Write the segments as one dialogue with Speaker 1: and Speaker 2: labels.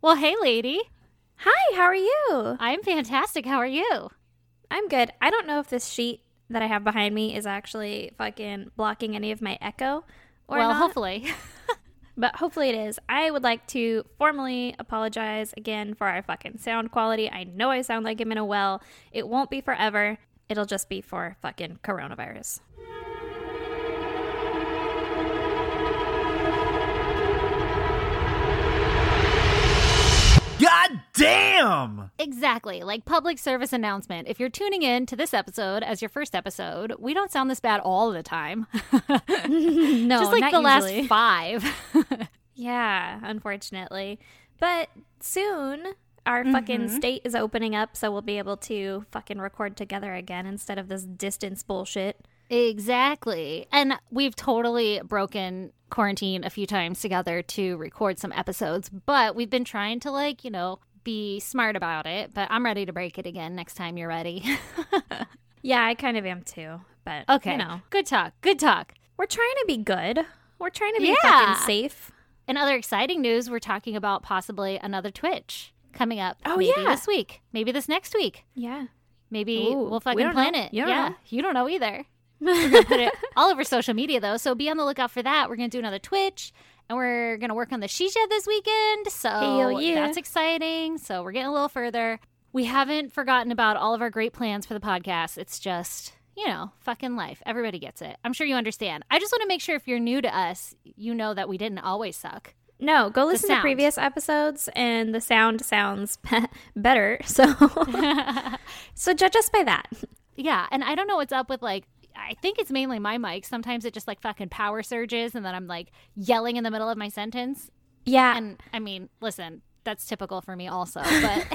Speaker 1: Well, hey, lady.
Speaker 2: Hi, how are you?
Speaker 1: I'm fantastic. How are you?
Speaker 2: I'm good. I don't know if this sheet that I have behind me is actually fucking blocking any of my echo or
Speaker 1: well,
Speaker 2: not,
Speaker 1: hopefully.
Speaker 2: but hopefully it is. I would like to formally apologize again for our fucking sound quality. I know I sound like I'm in a well. It won't be forever. It'll just be for fucking coronavirus.
Speaker 3: God damn!
Speaker 1: Exactly. Like public service announcement. If you're tuning in to this episode as your first episode, we don't sound this bad all the time.
Speaker 2: No,
Speaker 1: Just like
Speaker 2: not
Speaker 1: the
Speaker 2: usually.
Speaker 1: last five.
Speaker 2: Yeah, unfortunately. But soon our fucking state is opening up, so we'll be able to fucking record together again instead of this distance bullshit.
Speaker 1: Exactly. And we've totally broken quarantine a few times together to record some episodes, but we've been trying to, like, you know, be smart about it. But I'm ready to break it again next time you're ready.
Speaker 2: Yeah, I kind of am too, but
Speaker 1: okay.
Speaker 2: you know,
Speaker 1: Good talk. Good talk.
Speaker 2: we're trying to be good. We're trying to be
Speaker 1: Yeah.
Speaker 2: fucking safe.
Speaker 1: And other exciting news we're talking about possibly another Twitch coming up.
Speaker 2: Oh,
Speaker 1: maybe
Speaker 2: yeah.
Speaker 1: This week. Maybe this next week.
Speaker 2: Yeah.
Speaker 1: Maybe
Speaker 2: Ooh, we
Speaker 1: we'll fucking
Speaker 2: don't
Speaker 1: plan
Speaker 2: know.
Speaker 1: it.
Speaker 2: You don't
Speaker 1: yeah.
Speaker 2: know.
Speaker 1: You don't know either. We're gonna put it all over social media though, so be on the lookout for that. We're gonna do another Twitch and we're gonna work on the Shisha this weekend. So
Speaker 2: Hell yeah.
Speaker 1: that's exciting. So we're getting a little further. We haven't forgotten about all of our great plans for the podcast. It's just, you know, fucking life. Everybody gets it. I'm sure you understand. I just want to make sure if you're new to us, you know that we didn't always suck.
Speaker 2: No, go listen to
Speaker 1: sound.
Speaker 2: previous episodes and the sound sounds better. So So judge us by that.
Speaker 1: Yeah, and I don't know what's up with like I think it's mainly my mic. Sometimes it just like fucking power surges and then I'm like yelling in the middle of my sentence.
Speaker 2: Yeah.
Speaker 1: And I mean, listen, that's typical for me also, but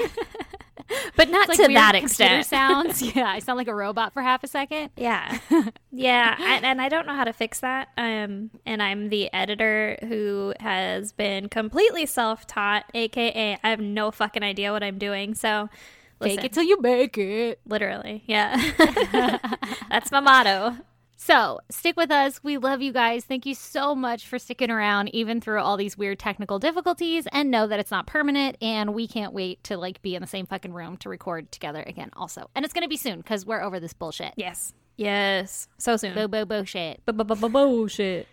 Speaker 1: it's
Speaker 2: but not
Speaker 1: like
Speaker 2: to
Speaker 1: weird
Speaker 2: that
Speaker 1: computer
Speaker 2: extent.
Speaker 1: sounds. Yeah, I sound like a robot for half a second.
Speaker 2: Yeah. Yeah. and, and I don't know how to fix that. Um, and I'm the editor who has been completely self taught, AKA, I have no fucking idea what I'm doing. So, listen,
Speaker 1: Fake it till you make it.
Speaker 2: literally. Yeah. That's my motto.
Speaker 1: So stick with us. We love you guys. Thank you so much for sticking around, even through all these weird technical difficulties. And know that it's not permanent. And we can't wait to like be in the same fucking room to record together again, also. And it's gonna be soon because we're over this bullshit.
Speaker 2: Yes. Yes. So soon.
Speaker 1: Bo bo bo shit.
Speaker 2: Bullshit.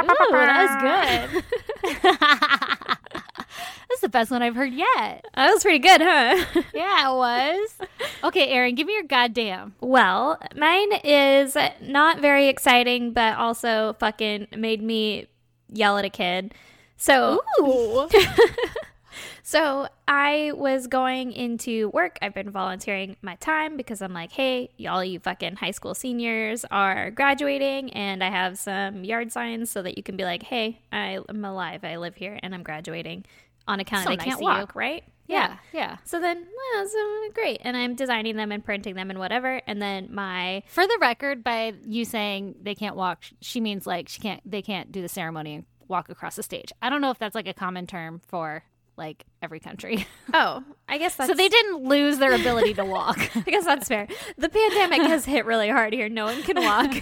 Speaker 1: Ooh, that was good. That's the best one I've heard yet.
Speaker 2: That was pretty good, huh?
Speaker 1: Yeah, it was. Okay, Aaron, give me your goddamn.
Speaker 2: Well, mine is not very exciting, but also fucking made me yell at a kid. So, so I was going into work. I've been volunteering my time because I'm like, hey, y'all, you fucking high school seniors are graduating, and I have some yard signs so that you can be like, hey, I am alive. I live here, and I'm graduating on account
Speaker 1: So
Speaker 2: of
Speaker 1: nice
Speaker 2: they can't
Speaker 1: of you.
Speaker 2: walk, right?
Speaker 1: Yeah, yeah.
Speaker 2: So then, well, so great. And I'm designing them and printing them and whatever. And then my
Speaker 1: For the record, by you saying they can't walk, sh- she means like she can't. They can't do the ceremony and walk across the stage. I don't know if that's like a common term for like every country.
Speaker 2: oh, I guess that's
Speaker 1: so they didn't lose their ability to walk.
Speaker 2: I guess that's fair. The pandemic has hit really hard here. No one can walk.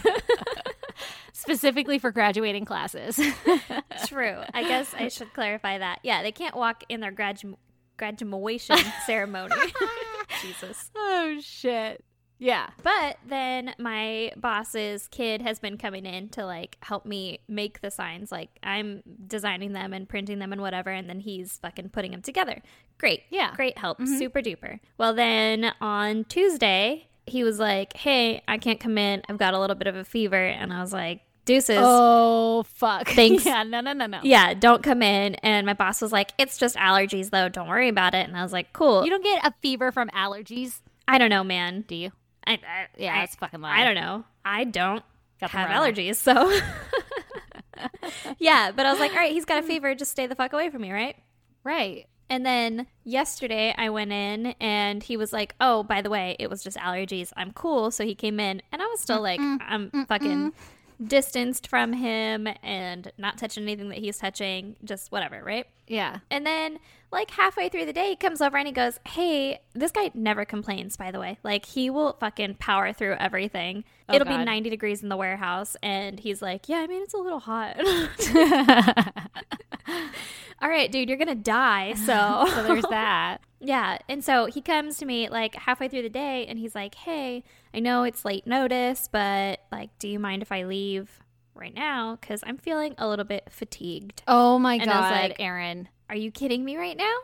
Speaker 1: specifically for graduating classes.
Speaker 2: True. I guess I should clarify that. Yeah, they can't walk in their gradu- graduation ceremony. Jesus.
Speaker 1: oh shit! Yeah.
Speaker 2: But then my boss's kid has been coming in to like help me make the signs. Like I'm designing them and printing them and whatever. And then he's fucking putting them together. Great.
Speaker 1: Yeah. Mm-hmm.
Speaker 2: Great help. Super duper. Well, then on Tuesday, he was like, hey, I can't come in. I've got a little bit of a fever. And I was like, deuces.
Speaker 1: Oh fuck.
Speaker 2: Thanks.
Speaker 1: Yeah. No. No. No. No.
Speaker 2: Yeah, don't come in. And my boss was like, it's just allergies though. Don't worry about it. And I was like, cool.
Speaker 1: You don't get a fever from allergies,
Speaker 2: I don't know, man.
Speaker 1: do you?
Speaker 2: I, I,
Speaker 1: Yeah,
Speaker 2: I-
Speaker 1: that's fucking loud.
Speaker 2: I don't know. I don't
Speaker 1: Got the
Speaker 2: have
Speaker 1: Rona.
Speaker 2: allergies, so yeah. But I was like, all right, he's got a fever. Just stay the fuck away from me, right?
Speaker 1: Right.
Speaker 2: And then yesterday I went in and he was like, "Oh, by the way, it was just allergies. I'm cool." So he came in and I was still like, "I'm fucking distanced from him and not touching anything that he's touching, just whatever, right?
Speaker 1: Yeah.
Speaker 2: And then, like halfway through the day, he comes over and he goes, "Hey, this guy never complains. By the way, like he will fucking power through everything.
Speaker 1: Oh,
Speaker 2: It'll
Speaker 1: God.
Speaker 2: be ninety degrees in the warehouse, and he's like, "Yeah, I mean it's a little hot. All right, dude, you're gonna die. So,
Speaker 1: So there's that.
Speaker 2: yeah. And so he comes to me like halfway through the day, and he's like, "Hey, I know it's late notice, but like, do you mind if I leave right now? Because I'm feeling a little bit fatigued."
Speaker 1: Oh my
Speaker 2: And I was
Speaker 1: god,
Speaker 2: like-
Speaker 1: Aaron.
Speaker 2: Are you kidding me right now?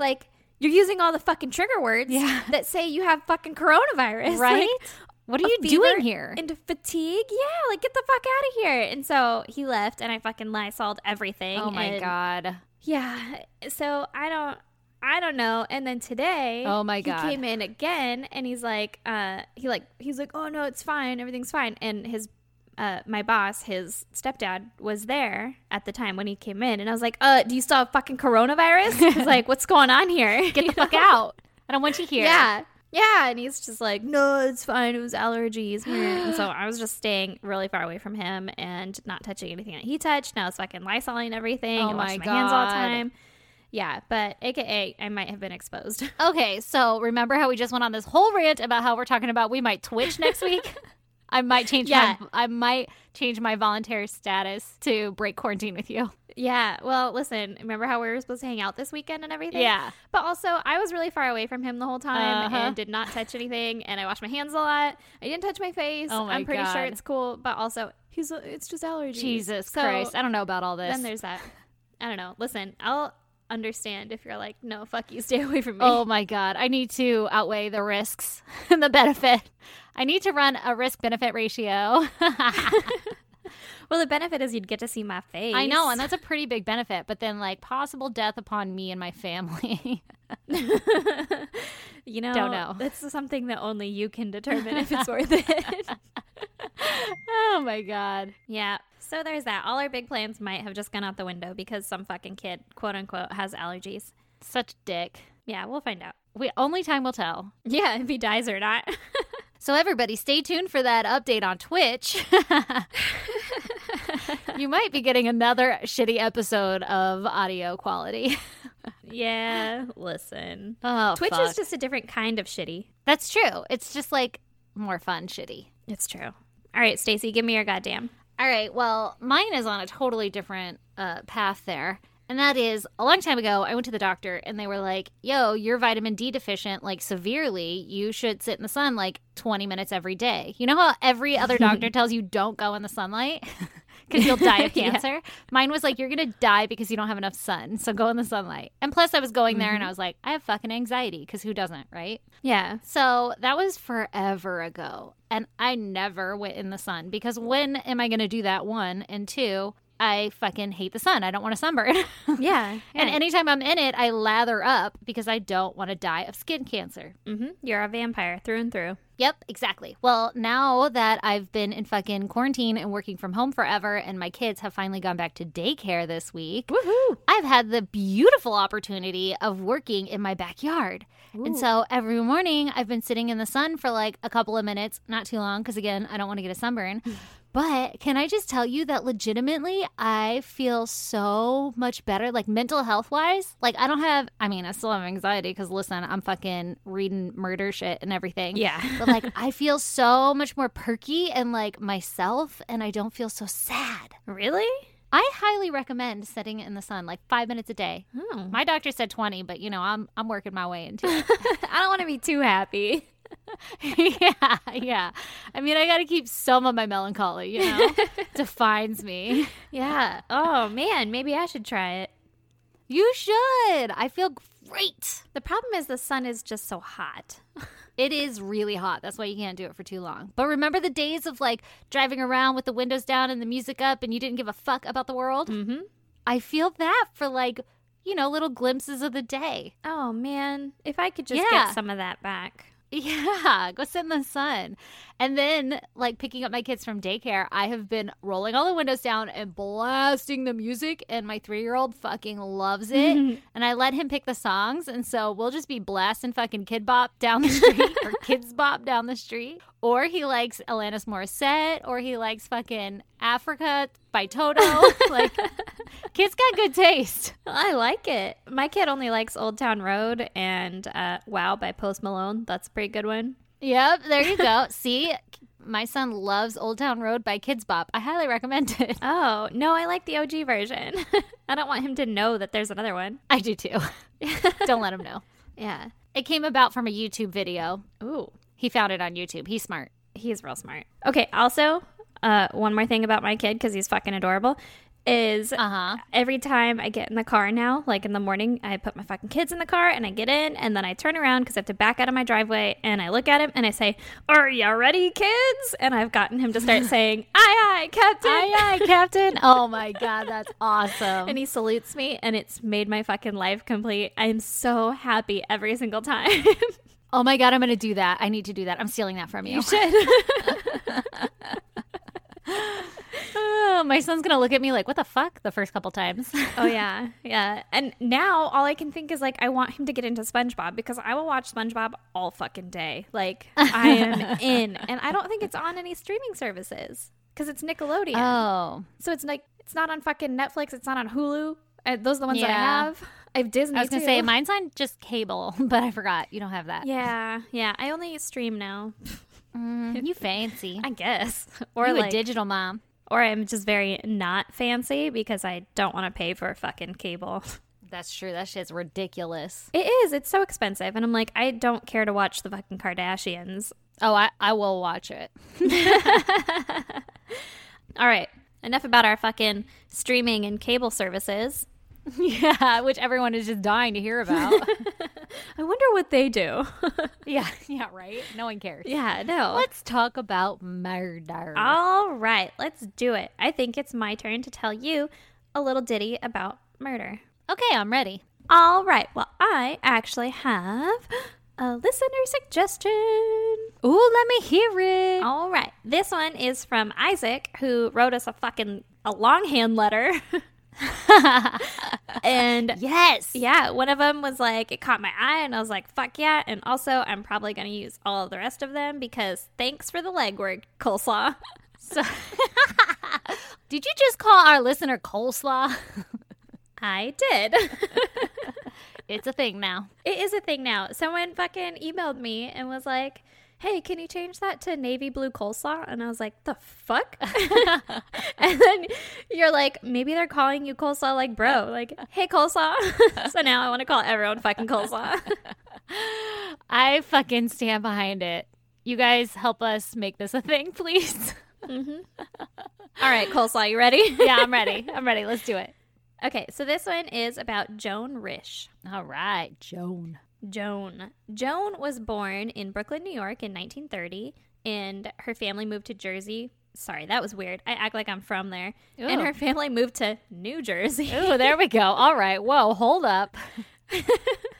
Speaker 2: Like, you're using all the fucking trigger words
Speaker 1: Yeah.
Speaker 2: that say you have fucking coronavirus.
Speaker 1: Right?
Speaker 2: Like,
Speaker 1: What are
Speaker 2: a
Speaker 1: you
Speaker 2: fever
Speaker 1: doing here?
Speaker 2: And fatigue? Yeah, like, get the fuck out of here. And so he left, and I fucking Lysoled everything.
Speaker 1: oh my
Speaker 2: and-
Speaker 1: god.
Speaker 2: Yeah. So I don't. I don't know. And then today,
Speaker 1: Oh my God.
Speaker 2: he came in again, and he's like, uh, he like, he's like, oh no, it's fine, everything's fine. And his, uh, my boss, his stepdad was there at the time when he came in, and I was like, uh, do you still have fucking coronavirus? He's like, what's going on here?
Speaker 1: Get the fuck out. I don't want you here.
Speaker 2: Yeah. Yeah, and he's just like, no, it's fine. It was allergies. and so I was just staying really far away from him and not touching anything that he touched. Now it's fucking lysoling everything.
Speaker 1: Oh
Speaker 2: and
Speaker 1: my
Speaker 2: washing my hands all the
Speaker 1: God.
Speaker 2: time. Yeah, but AKA, I might have been exposed.
Speaker 1: Okay, so remember how we just went on this whole rant about how we're talking about we might twitch next week? I might change
Speaker 2: Yeah.
Speaker 1: my I might change my voluntary status to break quarantine with you.
Speaker 2: yeah, well, listen, remember how we were supposed to hang out this weekend and everything?
Speaker 1: Yeah.
Speaker 2: But also, I was really far away from him the whole time
Speaker 1: Uh-huh.
Speaker 2: and did not touch anything. And I washed my hands a lot. I didn't touch my face.
Speaker 1: Oh my
Speaker 2: I'm pretty sure
Speaker 1: God.
Speaker 2: it's cool. But also, he's it's just allergies.
Speaker 1: Jesus
Speaker 2: So-
Speaker 1: Christ. I don't know about all this.
Speaker 2: Then there's that. I don't know. Listen, I'll understand if you're like, no, fuck you, stay away from me.
Speaker 1: Oh my God. I need to outweigh the risks and the benefit. I need to run a risk benefit ratio.
Speaker 2: Well, the benefit is you'd get to see my face.
Speaker 1: I know, and that's a pretty big benefit. But then, like, possible death upon me and my family.
Speaker 2: you know,
Speaker 1: Don't know.
Speaker 2: That's something that only you can determine if it's worth it.
Speaker 1: oh my God.
Speaker 2: yeah. So there's that. All our big plans might have just gone out the window because some fucking kid, quote unquote, has allergies.
Speaker 1: Such dick.
Speaker 2: Yeah, we'll find out.
Speaker 1: We only time will tell.
Speaker 2: Yeah, if he dies or not.
Speaker 1: So everybody stay tuned for that update on Twitch. you might be getting another shitty episode of audio quality.
Speaker 2: yeah, listen.
Speaker 1: Oh,
Speaker 2: Twitch
Speaker 1: fuck.
Speaker 2: is just a different kind of shitty.
Speaker 1: That's true. It's just like more fun shitty.
Speaker 2: It's true. All right, Stacey, give me your goddamn.
Speaker 1: All right. Well, mine is on a totally different uh, path there. And that is a long time ago, I went to the doctor and they were like, yo, you're vitamin D deficient, like severely. You should sit in the sun like 20 minutes every day. You know how every other doctor tells you don't go in the sunlight? Because you'll die of
Speaker 2: Yeah.
Speaker 1: cancer. Mine was like, you're going to die because you don't have enough sun. So go in the sunlight. And plus, I was going there and I was like, I have fucking anxiety because who doesn't, right?
Speaker 2: Yeah.
Speaker 1: So that was forever ago. And I never went in the sun because when am I going to do that? One. And two, I fucking hate the sun. I don't want to sunburn.
Speaker 2: Yeah.
Speaker 1: and anytime I'm in it, I lather up because I don't want to die of skin cancer.
Speaker 2: hmm You're a vampire through and through.
Speaker 1: Yep, exactly. Well, now that I've been in fucking quarantine and working from home forever, and my kids have finally gone back to daycare this week,
Speaker 2: Woohoo!
Speaker 1: I've had the beautiful opportunity of working in my backyard. And so every morning I've been sitting in the sun for like a couple of minutes, not too long, because again, I don't want to get a sunburn. But can I just tell you that legitimately I feel so much better, like mental health wise? Like I don't have, I mean, I still have anxiety because listen, I'm fucking reading murder shit and everything.
Speaker 2: Yeah.
Speaker 1: but like I feel so much more perky and like myself, and I don't feel so sad.
Speaker 2: Really?
Speaker 1: I highly recommend sitting in the sun like five minutes a day.
Speaker 2: Oh.
Speaker 1: My doctor said 20, but you know, I'm I'm working my way into it.
Speaker 2: I don't want to be too happy.
Speaker 1: yeah, yeah. I mean, I got to keep some of my melancholy, you know, defines me.
Speaker 2: Yeah. Oh man, maybe I should try it.
Speaker 1: You should. I feel great.
Speaker 2: The problem is the sun is just so hot.
Speaker 1: It is really hot. That's why you can't do it for too long. But remember the days of like driving around with the windows down and the music up and you didn't give a fuck about the world?
Speaker 2: Mm-hmm.
Speaker 1: I feel that for like, you know, little glimpses of the day.
Speaker 2: Oh man, if I could just
Speaker 1: Yeah.
Speaker 2: get some of that back.
Speaker 1: Yeah, go sit in the sun. And then, like, picking up my kids from daycare, I have been rolling all the windows down and blasting the music. And my three year old fucking loves it. and I let him pick the songs. And so we'll just be blasting fucking Kid Bop down the street or Kids Bop down the street. Or he likes Alanis Morissette, or he likes fucking, Africa by Toto. like, kids got good taste.
Speaker 2: I like it. My kid only likes Old Town Road and uh, Wow by Post Malone. That's a pretty good one.
Speaker 1: Yep, there you go. See, my son loves Old Town Road by Kids Bop. I highly recommend it.
Speaker 2: Oh, no, I like the OG version. I don't want him to know that there's another one.
Speaker 1: I do too. Don't let him know.
Speaker 2: Yeah.
Speaker 1: It came about from a YouTube video.
Speaker 2: Ooh,
Speaker 1: He found it on YouTube. He's smart.
Speaker 2: he's real smart. Okay, also, uh, one more thing about my kid because he's fucking adorable is
Speaker 1: Uh huh.
Speaker 2: every time I get in the car now, like in the morning, I put my fucking kids in the car and I get in and then I turn around because I have to back out of my driveway and I look at him and I say, Are you ready, kids? And I've gotten him to start saying, Aye, aye, Captain.
Speaker 1: Aye, aye, Captain. Oh my God, that's awesome.
Speaker 2: And he salutes me and it's made my fucking life complete. I'm so happy every single time.
Speaker 1: oh my God, I'm going to do that. I need to do that. I'm stealing that from you.
Speaker 2: Shit.
Speaker 1: Oh, my son's going to look at me like, what the fuck, the first couple times.
Speaker 2: oh yeah. Yeah. And now all I can think is like I want him to get into SpongeBob because I will watch SpongeBob all fucking day. Like I am in. And I don't think it's on any streaming services cuz it's Nickelodeon.
Speaker 1: oh.
Speaker 2: So it's like it's not on fucking Netflix. It's not on Hulu. Uh, those are the ones that I
Speaker 1: Yeah.
Speaker 2: have. I have Disney.
Speaker 1: I was going
Speaker 2: too.
Speaker 1: to say, mine's on just cable, but I forgot. You don't have that.
Speaker 2: Yeah, yeah. I only stream now.
Speaker 1: Mm, you fancy.
Speaker 2: I guess, or
Speaker 1: you
Speaker 2: like,
Speaker 1: a digital mom.
Speaker 2: or I'm just very not fancy because I don't want to pay for fucking cable.
Speaker 1: That's true. That shit's ridiculous.
Speaker 2: It is. It's so expensive, and I'm like, I don't care to watch the fucking Kardashians.
Speaker 1: Oh, I, I will watch it.
Speaker 2: All right, enough about our fucking streaming and cable services.
Speaker 1: yeah, which everyone is just dying to hear about.
Speaker 2: I wonder what they do.
Speaker 1: yeah, yeah, right? No one cares. Ah.
Speaker 2: yeah, no.
Speaker 1: Let's talk about murder.
Speaker 2: All right, let's do it. I think it's my turn to tell you a little ditty about murder.
Speaker 1: okay, I'm ready.
Speaker 2: All right, well, I actually have a listener suggestion.
Speaker 1: Ooh, let me hear it.
Speaker 2: All right, this one is from Isaac, who wrote us a fucking a longhand letter.
Speaker 1: Oh.
Speaker 2: and
Speaker 1: yes.
Speaker 2: yeah, one of them was like, it caught my eye, and I was like, fuck yeah. And also, I'm probably going to use all the rest of them because thanks for the legwork, coleslaw.
Speaker 1: So- Did you just call our listener coleslaw?
Speaker 2: I did.
Speaker 1: it's a thing now.
Speaker 2: It is a thing now. Someone fucking emailed me and was like, "Hey, can you change that to navy blue coleslaw?" And I was like, "The fuck?" and then you're like, "Maybe they're calling you coleslaw like bro, like hey coleslaw." so now I want to call everyone fucking coleslaw.
Speaker 1: I fucking stand behind it. You guys help us make this a thing, please.
Speaker 2: All right, coleslaw, you ready?
Speaker 1: yeah, I'm ready. I'm ready. Let's do it.
Speaker 2: okay, so this one is about Joan Rish.
Speaker 1: All right, Joan.
Speaker 2: Joan. Joan was born in Brooklyn, New York in 1930, and her family moved to Jersey. Sorry, that was weird. I act like I'm from there. And
Speaker 1: Ooh.
Speaker 2: her family moved to New Jersey.
Speaker 1: Ooh, there we go. All right. Whoa, hold up.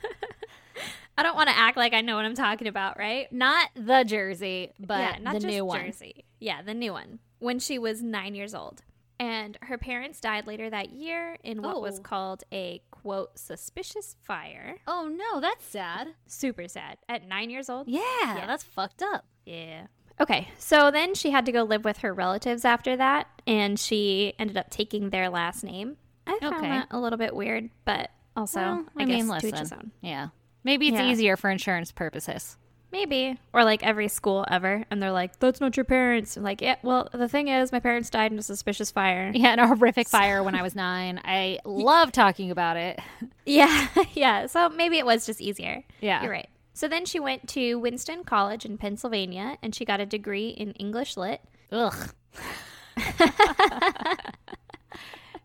Speaker 2: I don't want to act like I know what I'm talking about, right?
Speaker 1: Not the Jersey, but
Speaker 2: yeah, not
Speaker 1: the
Speaker 2: just
Speaker 1: new one.
Speaker 2: Jersey. Yeah, the new one. When she was nine years old. And her parents died later that year in what was
Speaker 1: Oh.
Speaker 2: called a quote suspicious fire.
Speaker 1: Oh no, that's sad.
Speaker 2: Super sad. At nine years old?
Speaker 1: Yeah, that's fucked up.
Speaker 2: Yeah. Okay. So then she had to go live with her relatives after that, and she ended up taking their last name. I found
Speaker 1: Okay.
Speaker 2: that a little bit weird, but also
Speaker 1: Well,
Speaker 2: I, guess to each his own.
Speaker 1: Yeah. Maybe it's
Speaker 2: Yeah.
Speaker 1: easier for insurance purposes.
Speaker 2: Maybe. Or like every school ever, and they're like, "That's not your parents." I'm like, yeah. Well, the thing is, my parents died in a suspicious fire.
Speaker 1: Yeah, in a horrific fire when I was nine. I love talking about it.
Speaker 2: Yeah, yeah. So maybe it was just easier.
Speaker 1: Yeah.
Speaker 2: You're right. So then she went to Winston College in Pennsylvania and she got a degree in English Lit.
Speaker 1: Ugh.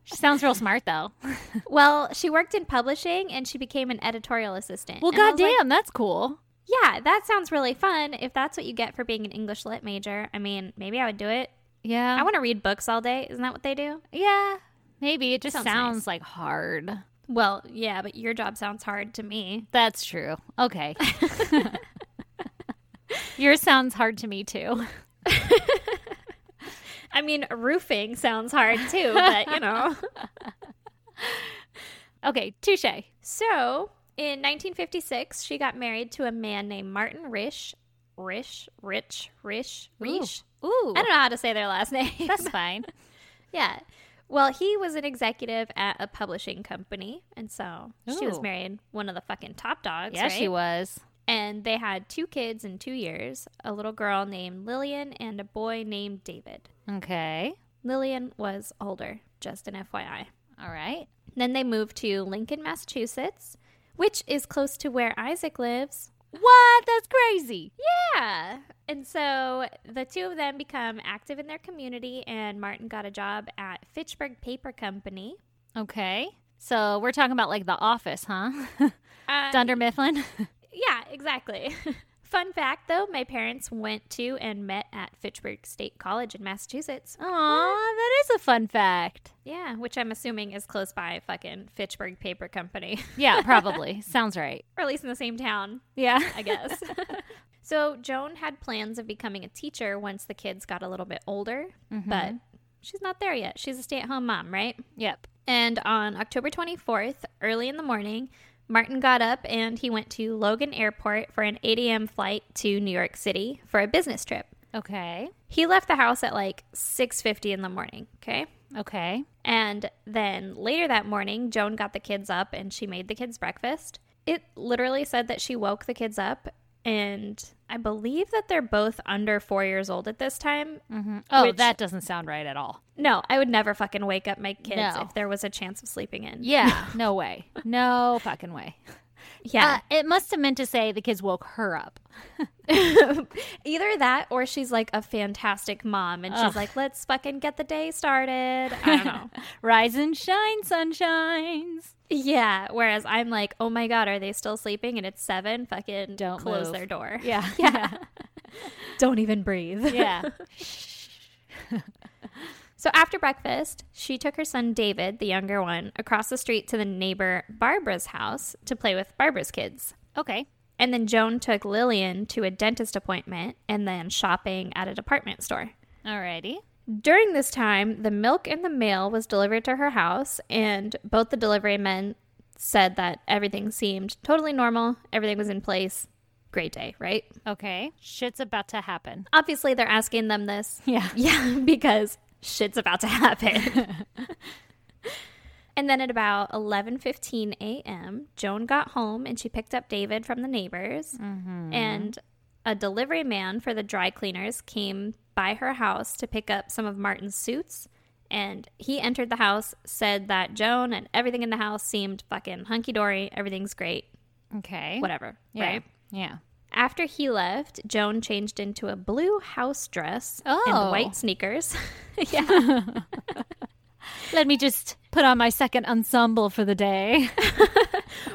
Speaker 1: she sounds real smart though.
Speaker 2: Well, she worked in publishing and she became an editorial assistant.
Speaker 1: Well,
Speaker 2: And I was
Speaker 1: goddamn,
Speaker 2: like,
Speaker 1: that's cool.
Speaker 2: Yeah, that sounds really fun. If that's what you get for being an English lit major, I mean, maybe I would do it.
Speaker 1: Yeah.
Speaker 2: I want to read books all day. Isn't that what they do?
Speaker 1: yeah. Maybe it just
Speaker 2: Sounds
Speaker 1: sounds,
Speaker 2: nice.
Speaker 1: like hard.
Speaker 2: Well, yeah, but your job sounds hard to me.
Speaker 1: That's true. Okay. Yours sounds hard to me too.
Speaker 2: I mean, roofing sounds hard too, but you know.
Speaker 1: Okay, touche.
Speaker 2: So, in 1956, she got married to a man named Martin Risch, Rish, Rich, Rish, Rish.
Speaker 1: Ooh.
Speaker 2: I don't know how to say their last name.
Speaker 1: That's fine.
Speaker 2: yeah. Well, he was an executive at a publishing company, and so she was
Speaker 1: Ooh.
Speaker 2: married one of the fucking top dogs.
Speaker 1: Oh. yeah, she
Speaker 2: right?
Speaker 1: was.
Speaker 2: And they had two kids in two years: a little girl named Lillian and a boy named David.
Speaker 1: Okay.
Speaker 2: Lillian was older, just an FYI.
Speaker 1: All right.
Speaker 2: Then they moved to Lincoln, Massachusetts, which is close to where Isaac lives.
Speaker 1: What? That's crazy.
Speaker 2: Yeah. And so the two of them become active in their community, and Martin got a job at Fitchburg Paper Company.
Speaker 1: Okay. So we're talking about like The Office, huh?
Speaker 2: Uh,
Speaker 1: Dunder Mifflin.
Speaker 2: Yeah, exactly. Fun fact though, my parents went to and met at Fitchburg State College in Massachusetts.
Speaker 1: Aw, that is a fun fact.
Speaker 2: Yeah, which I'm assuming is close by fucking Fitchburg Paper Company,
Speaker 1: Yeah, probably. Sounds right.
Speaker 2: or at least in the same town.
Speaker 1: Yeah.
Speaker 2: I guess. so Joan had plans of becoming a teacher once the kids got a little bit older, but she's not there yet. She's a stay at home mom, right?
Speaker 1: Yep.
Speaker 2: And on October 24th, early in the morning, Martin got up and he went to Logan Airport for an 8 a.m. flight to New York City for a business trip.
Speaker 1: Okay.
Speaker 2: He left the house at like 6:50 in the morning, okay?
Speaker 1: Okay.
Speaker 2: And then later that morning, Joan got the kids up and she made the kids breakfast. It literally said that she woke the kids up, and I believe that they're both under four years old at this time.
Speaker 1: Mhm. Oh,
Speaker 2: Which-
Speaker 1: that doesn't sound right at all.
Speaker 2: No, I would never fucking wake up my kids
Speaker 1: No.
Speaker 2: if there was a chance of sleeping in.
Speaker 1: Yeah. no way. No fucking way.
Speaker 2: Yeah.
Speaker 1: Uh, it must have meant to say the kids woke her up.
Speaker 2: Either that or she's like a fantastic mom and she's
Speaker 1: Ugh.
Speaker 2: like, let's fucking get the day started. I don't know.
Speaker 1: Rise and shine, sunshines.
Speaker 2: yeah. Whereas I'm like, oh my God, are they still sleeping? And it's seven. Fucking
Speaker 1: Don't
Speaker 2: close
Speaker 1: move.
Speaker 2: their door.
Speaker 1: Yeah. Yeah.
Speaker 2: Don't even breathe.
Speaker 1: yeah.
Speaker 2: So after breakfast, she took her son David, the younger one, across the street to the neighbor Barbara's house to play with Barbara's kids.
Speaker 1: Okay.
Speaker 2: And then Joan took Lillian to a dentist appointment and then shopping at a department store.
Speaker 1: Alrighty.
Speaker 2: During this time, the milk and the mail was delivered to her house, and both the delivery men said that everything seemed totally normal, everything was in place. Great day, right?
Speaker 1: Okay. Shit's about to happen.
Speaker 2: Obviously, they're asking them this
Speaker 1: Yeah.
Speaker 2: Yeah, because shit's about to happen. and then at about 11:15 a.m., Joan got home and she picked up David from the neighbors and a delivery man for the dry cleaners came by her house to pick up some of Martin's suits and he entered the house said that Joan and everything in the house seemed fucking hunky dory, everything's great,
Speaker 1: Okay.
Speaker 2: whatever,
Speaker 1: Yeah.
Speaker 2: right?
Speaker 1: Yeah.
Speaker 2: After he left, Joan changed into a blue house dress
Speaker 1: Oh.
Speaker 2: and white sneakers. yeah.
Speaker 1: Let me just put on my second ensemble for the day.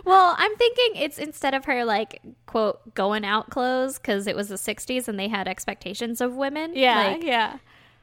Speaker 2: Well, I'm thinking it's instead of her like quote going out clothes because it was the 60s and they had expectations of women. Like,
Speaker 1: yeah.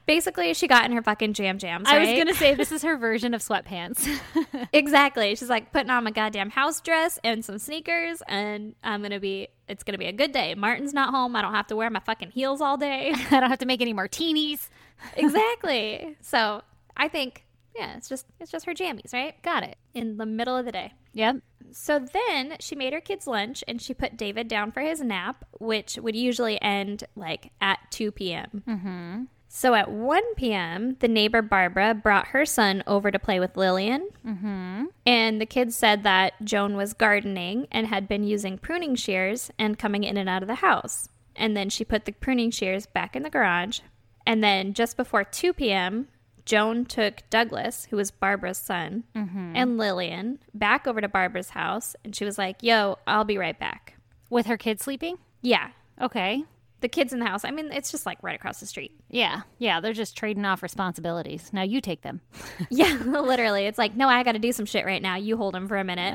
Speaker 2: basically, she got in her fucking jam jams.
Speaker 1: I was
Speaker 2: right?
Speaker 1: going to say this is her version of sweatpants.
Speaker 2: exactly. She's like putting on my goddamn house dress and some sneakers, and I'm gonna be. It's gonna be a good day. Martin's not home. I don't have to wear my fucking heels all day.
Speaker 1: I don't have to make any martinis.
Speaker 2: exactly. So I think yeah, it's just it's just her jammies, right? Got it. In the middle of the day.
Speaker 1: Yep.
Speaker 2: So then she made her kids lunch and she put David down for his nap, which would usually end like at 2 p.m. Mm-hmm. So at 1 p.m., the neighbor Barbara brought her son over to play with Lillian. Mm-hmm. And the kids said that Joan was gardening and had been using pruning shears and coming in and out of the house. And then she put the pruning shears back in the garage. And then just before 2 p.m., Joan took Douglas, who was Barbara's son, and Lillian back over to Barbara's house. And she was like, Yo, I'll be right back.
Speaker 1: With her kids sleeping?
Speaker 2: Yeah.
Speaker 1: Okay.
Speaker 2: The kids in the house. I mean, it's just like right across the street.
Speaker 1: Yeah. Yeah. They're just trading off responsibilities. Now you take them.
Speaker 2: yeah, literally. It's like, No, I got to do some shit right now. You hold him for a minute.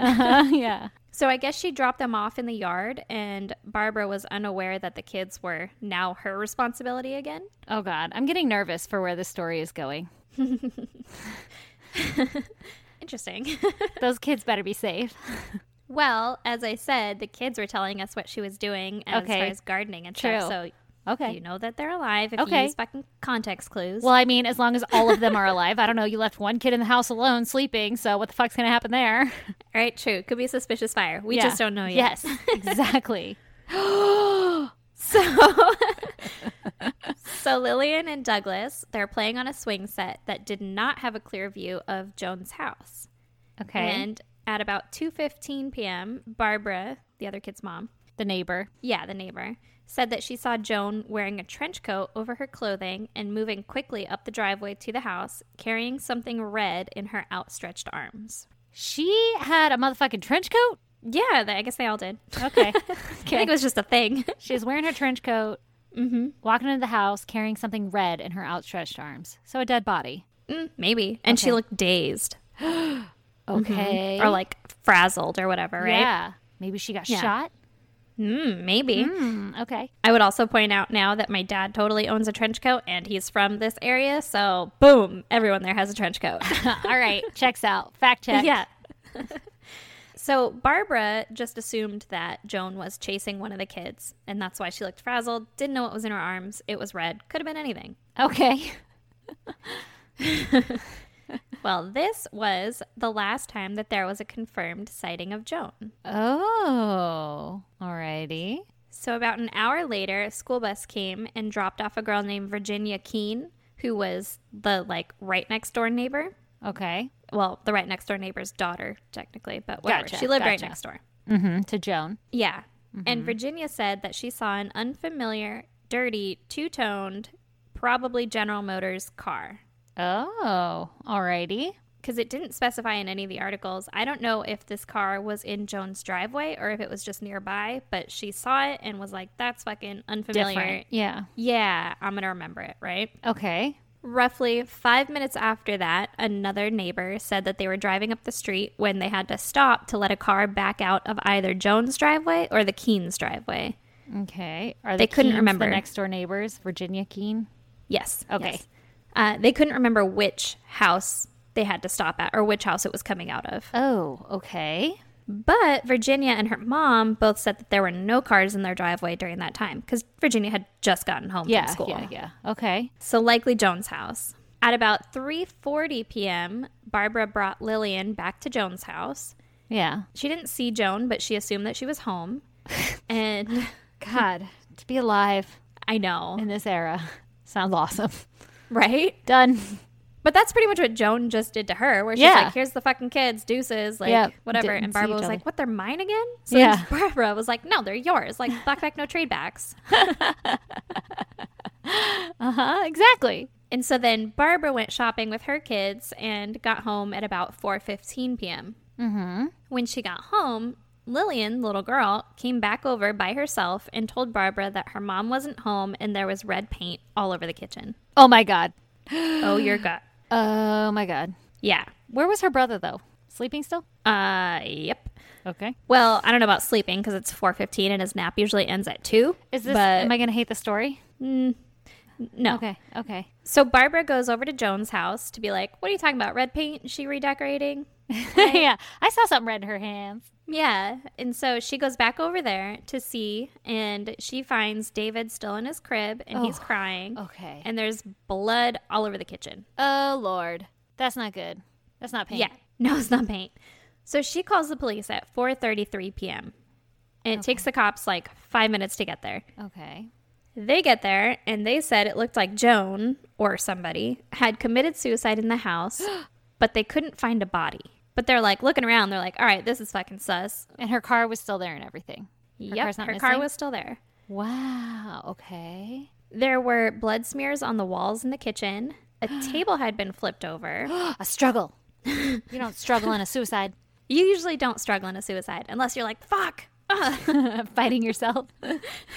Speaker 1: yeah.
Speaker 2: So I guess she dropped them off in the yard, and Barbara was unaware that the kids were now her responsibility again.
Speaker 1: Oh, God. I'm getting nervous for where this story is going.
Speaker 2: Interesting.
Speaker 1: Those kids better be safe.
Speaker 2: well, as I said, the kids were telling us what she was doing as
Speaker 1: Okay.
Speaker 2: far as gardening and
Speaker 1: True.
Speaker 2: stuff. So
Speaker 1: Okay.
Speaker 2: you know that they're alive if
Speaker 1: Okay.
Speaker 2: you use fucking context clues.
Speaker 1: Well, I mean, as long as all of them are alive. I don't know. You left one kid in the house alone sleeping. So what the fuck's going to happen there?
Speaker 2: All right, true. Could be suspicious fire. We
Speaker 1: Yeah.
Speaker 2: just don't know yet.
Speaker 1: Yes. Exactly.
Speaker 2: So, so Lillian and Douglas, they're playing on a swing set that did not have a clear view of Joan's house.
Speaker 1: Okay.
Speaker 2: And at about 2:15 p.m., Barbara, the other kid's mom,
Speaker 1: the neighbor.
Speaker 2: yeah, the neighbor, said that she saw Joan wearing a trench coat over her clothing and moving quickly up the driveway to the house, carrying something red in her outstretched arms.
Speaker 1: She had a motherfucking trench coat.
Speaker 2: Yeah, they, I guess they all did.
Speaker 1: Okay.
Speaker 2: I think it was just a thing.
Speaker 1: She's wearing her trench coat,
Speaker 2: Mhm.
Speaker 1: walking into the house carrying something red in her outstretched arms. So a dead body.
Speaker 2: Mm, maybe. And she
Speaker 1: Okay.
Speaker 2: looked dazed
Speaker 1: Okay.
Speaker 2: Mm-hmm. or like frazzled or whatever, right?
Speaker 1: Yeah. Maybe she got
Speaker 2: Yeah.
Speaker 1: shot.
Speaker 2: Mm, maybe.
Speaker 1: Hmm. Okay.
Speaker 2: I would also point out now that my dad totally owns a trench coat and he's from this area. So, boom, everyone there has a trench coat.
Speaker 1: All right. Checks out. Fact check.
Speaker 2: yeah. so, Barbara just assumed that Joan was chasing one of the kids, and that's why she looked frazzled, didn't know what was in her arms. It was red, could have been anything.
Speaker 1: Okay.
Speaker 2: Well, this was the last time that there was a confirmed sighting of Joan.
Speaker 1: Oh. Alrighty.
Speaker 2: So, about an hour later, a school bus came and dropped off a girl named Virginia Keene, who was the like right next door neighbor.
Speaker 1: Okay.
Speaker 2: Well, the right next door neighbor's daughter, technically, but whatever.
Speaker 1: Gotcha,
Speaker 2: she lived right
Speaker 1: gotcha.
Speaker 2: next door.
Speaker 1: Mm-hmm. To Joan.
Speaker 2: Yeah. And Virginia said that she saw an unfamiliar, dirty, two toned, probably General Motors car.
Speaker 1: Oh. Alrighty.
Speaker 2: Because it didn't specify in any of the articles. I don't know if this car was in Joan's driveway or if it was just nearby, but she saw it and was like, that's fucking unfamiliar.
Speaker 1: Different. Yeah.
Speaker 2: Yeah, I'm going to remember it, right?
Speaker 1: Okay.
Speaker 2: Roughly five minutes after that, another neighbor said that they were driving up the street when they had to stop to let a car back out of either Joan's driveway or the Keene's driveway.
Speaker 1: Okay. Are
Speaker 2: They
Speaker 1: the
Speaker 2: couldn't
Speaker 1: Keens
Speaker 2: remember.
Speaker 1: the next door neighbors? Virginia Keen.
Speaker 2: Yes.
Speaker 1: Okay.
Speaker 2: yes. Uh, they couldn't remember which house they had to stop at or which house it was coming out of.
Speaker 1: Oh. Okay.
Speaker 2: But Virginia and her mom both said that there were no cars in their driveway during that time because Virginia had just gotten home
Speaker 1: Yeah.
Speaker 2: from school.
Speaker 1: Yeah. Yeah. Okay.
Speaker 2: So likely Joan's house. At about 3:40 p.m., Barbara brought Lillian back to Joan's house.
Speaker 1: Yeah.
Speaker 2: She didn't see Joan, but she assumed that she was home. and
Speaker 1: God, to be alive
Speaker 2: I know,
Speaker 1: in this era sounds awesome.
Speaker 2: right?
Speaker 1: Done.
Speaker 2: But that's pretty much what Joan just did to her, where she's
Speaker 1: Yeah.
Speaker 2: like, "Here's the fucking kids, deuces, like
Speaker 1: Yeah,
Speaker 2: whatever."
Speaker 1: didn't
Speaker 2: And
Speaker 1: see
Speaker 2: Barbara
Speaker 1: each
Speaker 2: was
Speaker 1: other.
Speaker 2: like, "What? They're mine again?" So
Speaker 1: Yeah.
Speaker 2: Barbara was like, "No, they're yours. Like blackback, no trade backs."
Speaker 1: Uh huh. Exactly.
Speaker 2: And so then Barbara went shopping with her kids and got home at about 4:15 p.m.
Speaker 1: Mm-hmm.
Speaker 2: When she got home, Lillian, the little girl, came back over by herself and told Barbara that her mom wasn't home and there was red paint all over the kitchen.
Speaker 1: Oh my god.
Speaker 2: oh, your gut.
Speaker 1: Oh my god.
Speaker 2: Yeah.
Speaker 1: Where was her brother though? Sleeping still?
Speaker 2: Uh, yep.
Speaker 1: Okay.
Speaker 2: Well, I don't know about sleeping because it's 4:15 and his nap usually ends at 2.
Speaker 1: Is this?
Speaker 2: But
Speaker 1: am I gonna hate the story?
Speaker 2: no.
Speaker 1: Okay. Okay.
Speaker 2: So Barbara goes over to Joan's house to be like, "What are you talking about? Red paint? Is she redecorating?"
Speaker 1: yeah. I saw something red in her hands.
Speaker 2: Yeah. And so she goes back over there to see, and she finds David still in his crib and he's
Speaker 1: Oh,
Speaker 2: crying.
Speaker 1: Okay.
Speaker 2: And there's blood all over the kitchen.
Speaker 1: oh lord, that's not good. That's not paint.
Speaker 2: Yeah. No, it's not paint. So she calls the police at 4:33 p.m. And it takes the cops like 5 minutes to get there.
Speaker 1: Okay.
Speaker 2: They get there and they said it looked like Joan or somebody had committed suicide in the house, but they couldn't find a body. But they're like looking around, they're like, "All right, this is fucking sus."
Speaker 1: And her car was still there and everything.
Speaker 2: Yep,
Speaker 1: car's not
Speaker 2: her car
Speaker 1: missing?
Speaker 2: was still there.
Speaker 1: Wow. Okay.
Speaker 2: There were blood smears on the walls in the kitchen. A table had been flipped over.
Speaker 1: A struggle. you don't struggle in a suicide.
Speaker 2: You usually don't struggle in a suicide unless you're like, fuck. Ah,
Speaker 1: Fighting yourself.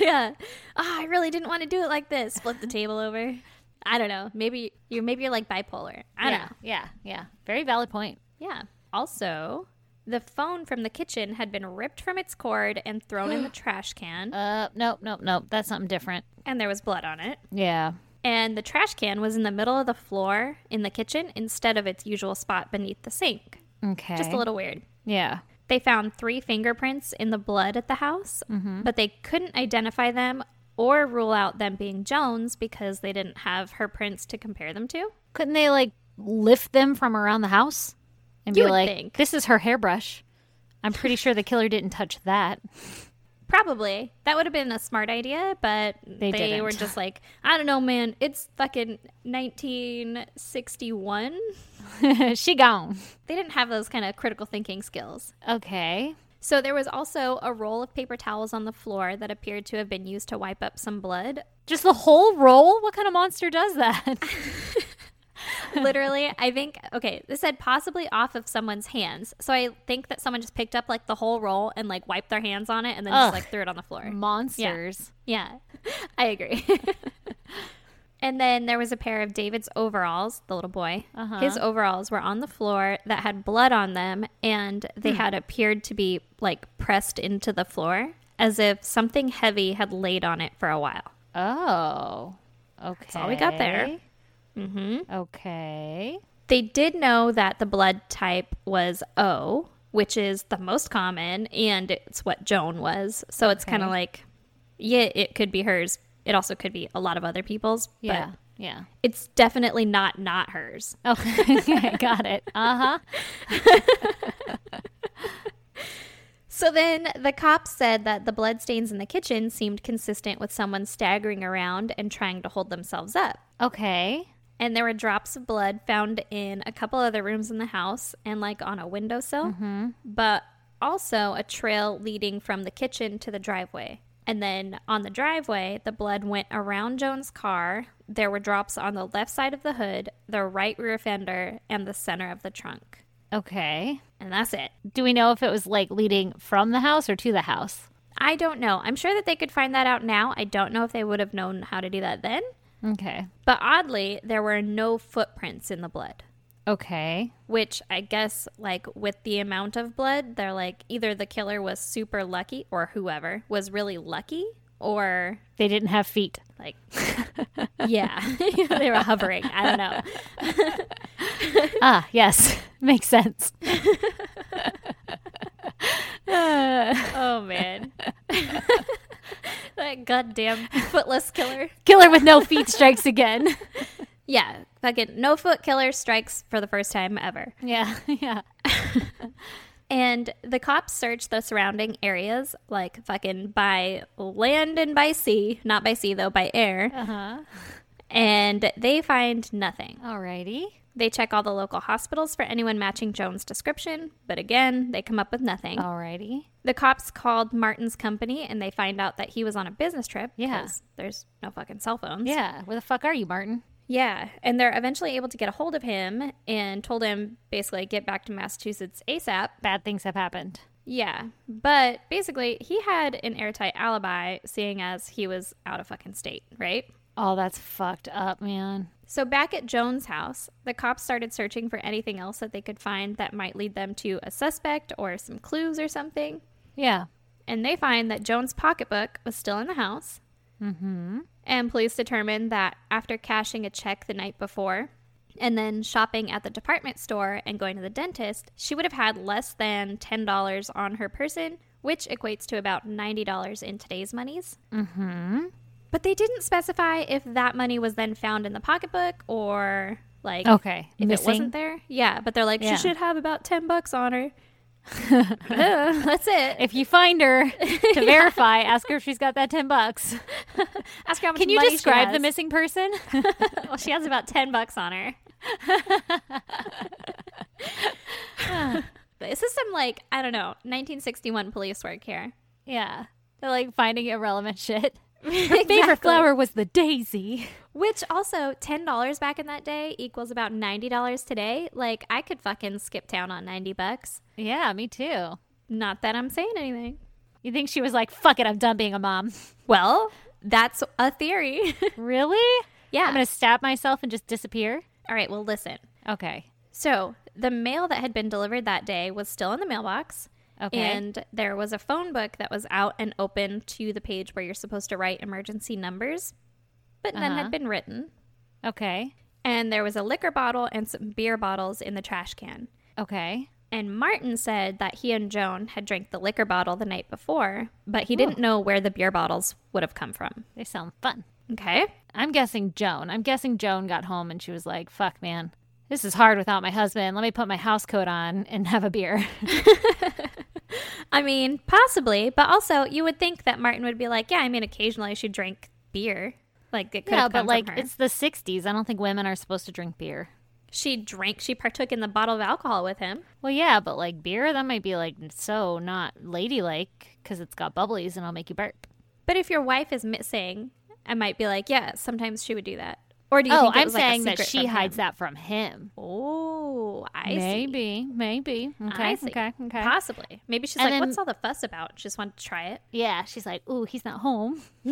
Speaker 2: yeah. Ah, I really didn't want to do it like this. Flip the table over. I don't know. Maybe you're maybe you're like bipolar. I don't
Speaker 1: yeah.
Speaker 2: know.
Speaker 1: Yeah. Yeah. Very valid point.
Speaker 2: Yeah. Also, the phone from the kitchen had been ripped from its cord and thrown in the trash can,
Speaker 1: Uh, nope, nope, nope. That's something different.
Speaker 2: and there was blood on it.
Speaker 1: Yeah.
Speaker 2: And the trash can was in the middle of the floor in the kitchen instead of its usual spot beneath the sink.
Speaker 1: Okay.
Speaker 2: Just a little weird.
Speaker 1: Yeah.
Speaker 2: They found three fingerprints in the blood at the house, but they couldn't identify them or rule out them being Jones because they didn't have her prints to compare them to.
Speaker 1: Couldn't they like lift them from around the house and
Speaker 2: You
Speaker 1: be
Speaker 2: would
Speaker 1: like,
Speaker 2: think.
Speaker 1: "This is her hairbrush." I'm pretty sure the killer didn't touch that.
Speaker 2: Probably. That would have been a smart idea, but they,
Speaker 1: didn't.
Speaker 2: were just like, I don't know, man, it's fucking 1961.
Speaker 1: she gone.
Speaker 2: They didn't have those kind of critical thinking skills.
Speaker 1: Okay.
Speaker 2: So there was also a roll of paper towels on the floor that appeared to have been used to wipe up some blood.
Speaker 1: Just the whole roll? What kind of monster does that?
Speaker 2: Literally, I think, okay, this said possibly off of someone's hands. So I think that someone just picked up like the whole roll and like wiped their hands on it and then
Speaker 1: Ugh.
Speaker 2: just like threw it on the floor.
Speaker 1: Monsters.
Speaker 2: Yeah, I agree. and then there was a pair of David's overalls, the little boy.
Speaker 1: Uh-huh.
Speaker 2: His overalls were on the floor that had blood on them, and
Speaker 1: Hmm.
Speaker 2: they had appeared to be like pressed into the floor as if something heavy had laid on it for a while.
Speaker 1: Oh. Okay. That's
Speaker 2: all we got there.
Speaker 1: Mm-hmm. Okay.
Speaker 2: They did know that the blood type was O, which is the most common, and it's what Joan was. So it's kind of
Speaker 1: Okay.
Speaker 2: like, yeah, it could be hers. It also could be a lot of other people's.
Speaker 1: Yeah. Oh.
Speaker 2: But
Speaker 1: yeah.
Speaker 2: it's definitely not not hers.
Speaker 1: Okay. got it. Uh huh.
Speaker 2: So then the cops said that the bloodstains in the kitchen seemed consistent with someone staggering around and trying to hold themselves up.
Speaker 1: Okay.
Speaker 2: And there were drops of blood found in a couple other rooms in the house and like on a windowsill, but also a trail leading from the kitchen to the driveway. And then on the driveway, the blood went around Joan's car. There were drops on the left side of the hood, the right rear fender, and the center of the trunk.
Speaker 1: Okay.
Speaker 2: And that's it.
Speaker 1: Do we know if it was like leading from the house or to the house?
Speaker 2: I don't know. I'm sure that they could find that out now. I don't know if they would have known how to do that then.
Speaker 1: Okay.
Speaker 2: But oddly, there were no footprints in the blood,
Speaker 1: Okay.
Speaker 2: which I guess, like, with the amount of blood, they're like either the killer was super lucky or whoever was really lucky or
Speaker 1: They didn't have feet.
Speaker 2: like, yeah, they were hovering. I don't know.
Speaker 1: Ah, yes. Makes sense.
Speaker 2: Oh, man. that goddamn footless killer.
Speaker 1: Killer with no feet strikes again.
Speaker 2: Yeah, fucking no foot killer strikes for the first time ever.
Speaker 1: Yeah. Yeah.
Speaker 2: And the cops searched the surrounding areas, like fucking by land and by sea, not by sea though, by air,
Speaker 1: Uh huh.
Speaker 2: and they find nothing.
Speaker 1: Alrighty.
Speaker 2: They check all the local hospitals for anyone matching Joan's description, but again, they come up with nothing.
Speaker 1: Oh. Alrighty.
Speaker 2: The cops called Martin's company and they find out that he was on a business trip.
Speaker 1: Yeah.
Speaker 2: 'cause There's no fucking cell phones.
Speaker 1: Yeah. Where the fuck are you, Martin?
Speaker 2: Yeah, and they're eventually able to get a hold of him and told him basically get back to Massachusetts ASAP.
Speaker 1: Bad things have happened.
Speaker 2: Yeah, but basically, he had an airtight alibi, seeing as he was out of fucking state, right?
Speaker 1: Oh, that's fucked up, man.
Speaker 2: So back at Jones' house, the cops started searching for anything else that they could find that might lead them to a suspect or some clues or something.
Speaker 1: Yeah.
Speaker 2: And they find that Jones' pocketbook was still in the house. Mm-hmm. And police determined that after cashing a check the night before and then shopping at the department store and going to the dentist, she would have had less than $10 on her person, which equates to about $90 in today's monies. Mm-hmm. But they didn't specify if that money was then found in the pocketbook or like
Speaker 1: Okay.
Speaker 2: if
Speaker 1: Missing.
Speaker 2: it wasn't there. Yeah, but they're like,
Speaker 1: Yeah.
Speaker 2: she should have about 10 bucks on her. That's it.
Speaker 1: if you find her to verify, ask her if she's got that 10 bucks.
Speaker 2: Ask her how much
Speaker 1: Can you
Speaker 2: money she
Speaker 1: describe the
Speaker 2: has.
Speaker 1: missing person?
Speaker 2: well, she has about 10 bucks on her. this is some, like, I don't know, 1961 police work here.
Speaker 1: yeah. They're like finding irrelevant shit. Her
Speaker 2: Exactly.
Speaker 1: favorite flower was the daisy.
Speaker 2: Which also, $10 back in that day equals about $90 today. Like, I could fucking skip town on 90 bucks.
Speaker 1: Yeah, me too.
Speaker 2: Not that I'm saying anything.
Speaker 1: You think she was like, fuck it, I'm done being a mom.
Speaker 2: Well, that's a theory.
Speaker 1: really?
Speaker 2: yeah.
Speaker 1: I'm going to stab myself and just disappear?
Speaker 2: All right, well, listen.
Speaker 1: Okay.
Speaker 2: So, the mail that had been delivered that day was still in the mailbox.
Speaker 1: Okay.
Speaker 2: And there was a phone book that was out and open to the page where you're supposed to write emergency numbers, but none
Speaker 1: Uh-huh.
Speaker 2: had been written.
Speaker 1: okay.
Speaker 2: And there was a liquor bottle and some beer bottles in the trash can.
Speaker 1: Okay.
Speaker 2: And Martin said that he and Joan had drank the liquor bottle the night before, but he didn't know where the beer bottles would have come from.
Speaker 1: They sound fun.
Speaker 2: Okay.
Speaker 1: I'm guessing Joan. I'm guessing Joan got home and she was like, fuck, man, this is hard without my husband. Let me put my house coat on and have a beer.
Speaker 2: I mean, possibly, but also you would think that Martin would be like, yeah, I mean, occasionally she drank beer. Like it could
Speaker 1: Yeah,
Speaker 2: have come
Speaker 1: but like
Speaker 2: from her.
Speaker 1: it's the 60s. I don't think women are supposed to drink beer.
Speaker 2: she drank, she partook in the bottle of alcohol with him.
Speaker 1: Well, yeah, but like beer, that might be like so not ladylike because it's got bubblies and it'll make you burp.
Speaker 2: But if your wife is missing, I might be like, yeah, sometimes she would do that. Or do you
Speaker 1: Oh,
Speaker 2: think it
Speaker 1: I'm
Speaker 2: was, like, a
Speaker 1: saying that
Speaker 2: secret
Speaker 1: she
Speaker 2: from
Speaker 1: hides
Speaker 2: him?
Speaker 1: that from him.
Speaker 2: Oh, I see.
Speaker 1: maybe, maybe. Okay,
Speaker 2: I see.
Speaker 1: okay, okay.
Speaker 2: Possibly. Maybe she's
Speaker 1: And
Speaker 2: like,
Speaker 1: then-
Speaker 2: what's all the fuss about? Just want to try it.
Speaker 1: Yeah, she's like, "Ooh, he's not home."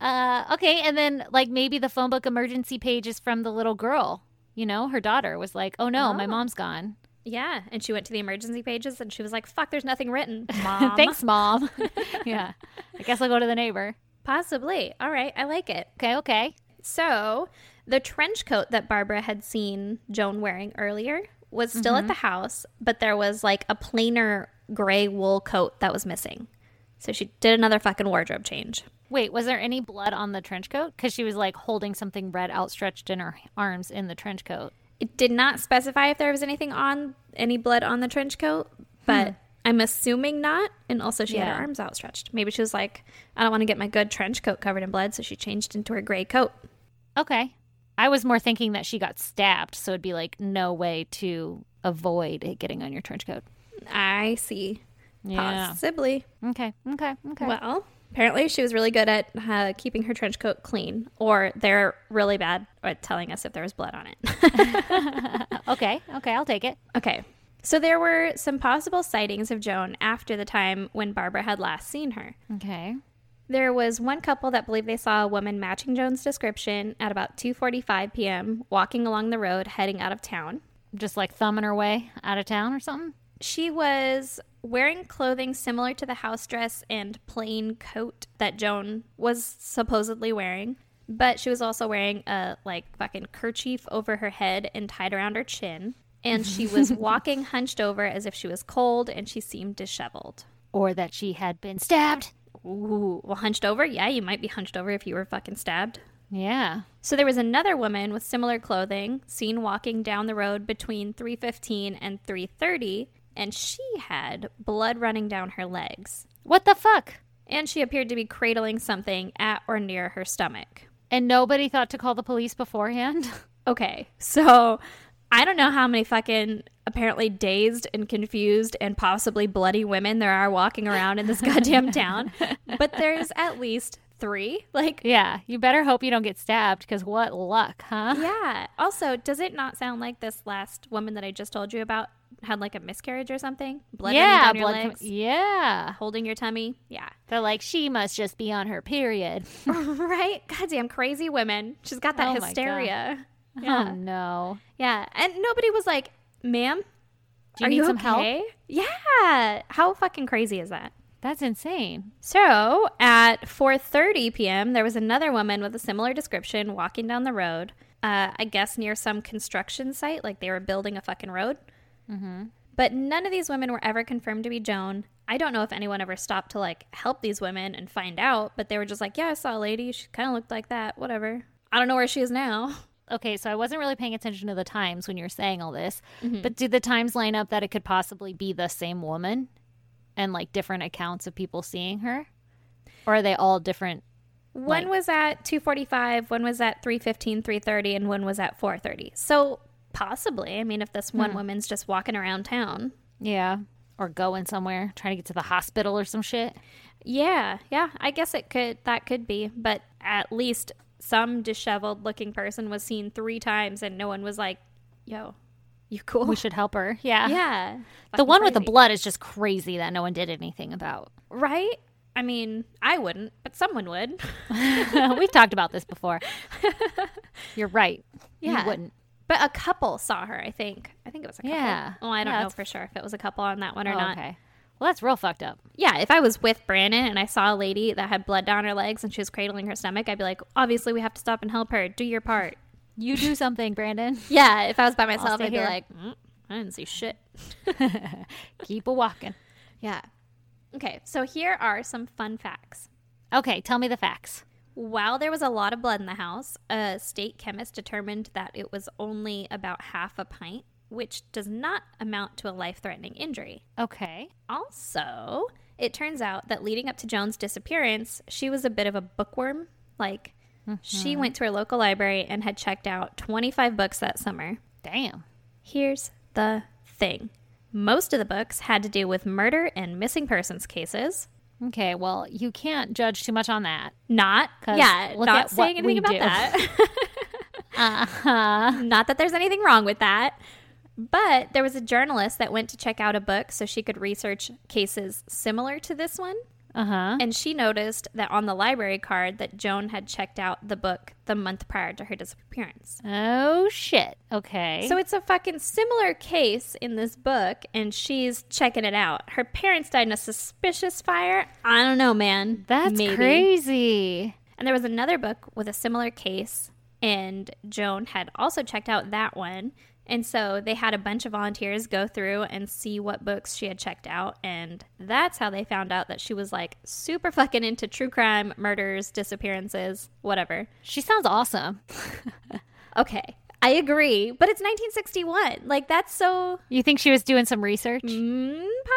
Speaker 1: uh, okay, and then like maybe the phone book emergency page is from the little girl. You know, her daughter was like, "Oh no, my
Speaker 2: Oh.
Speaker 1: mom's gone."
Speaker 2: Yeah. And she went to the emergency pages and she was like, fuck, there's nothing written. Mom.
Speaker 1: Thanks, mom. yeah, I guess I'll go to the neighbor.
Speaker 2: Possibly. All right. I like it.
Speaker 1: Okay, okay.
Speaker 2: So the trench coat that Barbara had seen Joan wearing earlier was still
Speaker 1: Mm-hmm.
Speaker 2: at the house, but there was like a plainer gray wool coat that was missing. So she did another fucking wardrobe change.
Speaker 1: Wait, was there any blood on the trench coat? Because she was like holding something red outstretched in her arms in the trench coat.
Speaker 2: It did not specify if there was anything on any blood on the trench coat, but I'm assuming not. And also, she had
Speaker 1: Hmm. Yeah.
Speaker 2: her arms outstretched. Maybe she was like, I don't want to get my good trench coat covered in blood. So she changed into her gray coat.
Speaker 1: Okay. I was more thinking that she got stabbed, so it'd be like no way to avoid it getting on your trench coat.
Speaker 2: I see.
Speaker 1: Yeah.
Speaker 2: Possibly.
Speaker 1: Okay. Okay. Okay.
Speaker 2: Well, apparently she was really good at uh, keeping her trench coat clean, or they're really bad at telling us if there was blood on it.
Speaker 1: okay. Okay. I'll take it.
Speaker 2: okay. So there were some possible sightings of Joan after the time when Barbara had last seen her.
Speaker 1: Okay.
Speaker 2: There was one couple that believed they saw a woman matching Joan's description at about 2:45 p.m. walking along the road heading out of town.
Speaker 1: Just like thumbing her way out of town or something.
Speaker 2: She was wearing clothing similar to the house dress and plain coat that Joan was supposedly wearing, but she was also wearing a like fucking kerchief over her head and tied around her chin. And she was walking hunched over as if she was cold and she seemed disheveled.
Speaker 1: Or that she had been stabbed.
Speaker 2: Ooh, well, hunched over? Yeah, you might be hunched over if you were fucking stabbed.
Speaker 1: Yeah.
Speaker 2: So there was another woman with similar clothing seen walking down the road between 3:15 and 3:30 and she had blood running down her legs
Speaker 1: What the fuck?
Speaker 2: and she appeared to be cradling something at or near her stomach.
Speaker 1: And nobody thought to call the police beforehand?
Speaker 2: Okay. So I don't know how many fucking apparently dazed and confused and possibly bloody women there are walking around in this goddamn town, but there's at least 3. Like
Speaker 1: yeah. You better hope you don't get stabbed because what luck, huh?
Speaker 2: Yeah. Also, does it not sound like this last woman that I just told you about had like a miscarriage or something? Blood running down
Speaker 1: blood
Speaker 2: your
Speaker 1: com-
Speaker 2: legs,
Speaker 1: yeah.
Speaker 2: holding your tummy. Yeah.
Speaker 1: They're like, she must just be on her period.
Speaker 2: right? Goddamn crazy women. She's got that
Speaker 1: Oh my God.
Speaker 2: hysteria.
Speaker 1: Oh
Speaker 2: Yeah.
Speaker 1: no.
Speaker 2: Yeah. And nobody was like, ma'am,
Speaker 1: Do you
Speaker 2: are
Speaker 1: need
Speaker 2: you
Speaker 1: some help?
Speaker 2: okay? Yeah. How fucking crazy is that?
Speaker 1: That's insane.
Speaker 2: So at 4:30 p.m., there was another woman with a similar description walking down the road. Uh, I guess near some construction site, like they were building a fucking road. But none of these women were ever confirmed to be Joan. I don't know if anyone ever stopped to like help these women and find out, but they were just like, "Yeah, I saw a lady. She kind of looked like that. Whatever. I don't know where she is now."
Speaker 1: Okay, so I wasn't really paying attention to the times when you were saying all this, but did the times line up that it could possibly be the same woman and like different accounts of people seeing her? Or are they all different?
Speaker 2: One was at 2:45, one was at 3:15, 3:30, and one was at 4:30. So possibly, I mean, if this one woman's just walking around town,
Speaker 1: Yeah. Or going somewhere, trying to get to the hospital or some shit?
Speaker 2: Yeah, yeah. I guess it could that could be, but at least some disheveled looking person was seen three times and no one was like, "Yo, you cool?"
Speaker 1: We should help her. Yeah.
Speaker 2: yeah.
Speaker 1: The
Speaker 2: Fucking
Speaker 1: one with the
Speaker 2: crazy.
Speaker 1: blood is just crazy that no one did anything about.
Speaker 2: right? I mean, I wouldn't, but someone would.
Speaker 1: We've talked about this before. You're right.
Speaker 2: Yeah.
Speaker 1: You wouldn't.
Speaker 2: But a couple saw her, I think. I think it was a couple.
Speaker 1: Yeah.
Speaker 2: Well, I don't
Speaker 1: Yeah,
Speaker 2: know
Speaker 1: that's-
Speaker 2: for sure if it was a couple on that one or
Speaker 1: Oh,
Speaker 2: not.
Speaker 1: okay. Well, that's real fucked up.
Speaker 2: Yeah, if I was with Brandon and I saw a lady that had blood down her legs and she was cradling her stomach, I'd be like, obviously we have to stop and help her. Do your part.
Speaker 1: You do something, Brandon.
Speaker 2: Yeah, if I was by myself,
Speaker 1: stay
Speaker 2: I'd be
Speaker 1: here.
Speaker 2: like, mm, I didn't see shit.
Speaker 1: Keep a walking.
Speaker 2: Yeah. Okay, so here are some fun facts.
Speaker 1: Okay, tell me the facts.
Speaker 2: While there was a lot of blood in the house, a state chemist determined that it was only about half a pint which does not amount to a life threatening injury.
Speaker 1: Okay.
Speaker 2: Also, it turns out that leading up to Joan's disappearance, she was a bit of a bookworm. Like, she went to her local library and had checked out 25 books that summer.
Speaker 1: Damn.
Speaker 2: Here's the thing most of the books had to do with murder and missing persons cases.
Speaker 1: Okay. Well, you can't judge too much on that.
Speaker 2: Not,
Speaker 1: 'Cause
Speaker 2: yeah,
Speaker 1: look
Speaker 2: not
Speaker 1: at what
Speaker 2: saying
Speaker 1: we
Speaker 2: anything about
Speaker 1: do.
Speaker 2: that. Uh-huh.
Speaker 1: Uh huh.
Speaker 2: Not that there's anything wrong with that. But there was a journalist that went to check out a book so she could research cases similar to this one.
Speaker 1: Uh huh.
Speaker 2: And she noticed that on the library card that Joan had checked out the book the month prior to her disappearance.
Speaker 1: Oh shit. Okay.
Speaker 2: So it's a fucking similar case in this book, and she's checking it out. Her parents died in a suspicious fire. I don't know, man.
Speaker 1: that's
Speaker 2: Maybe.
Speaker 1: crazy.
Speaker 2: And there was another book with a similar case, and Joan had also checked out that one. And so they had a bunch of volunteers go through and see what books she had checked out. And that's how they found out that she was like super fucking into true crime, murders, disappearances, whatever.
Speaker 1: She sounds awesome.
Speaker 2: Okay, I agree, but it's 1961. Like, that's so
Speaker 1: You think she was doing some research?
Speaker 2: mm,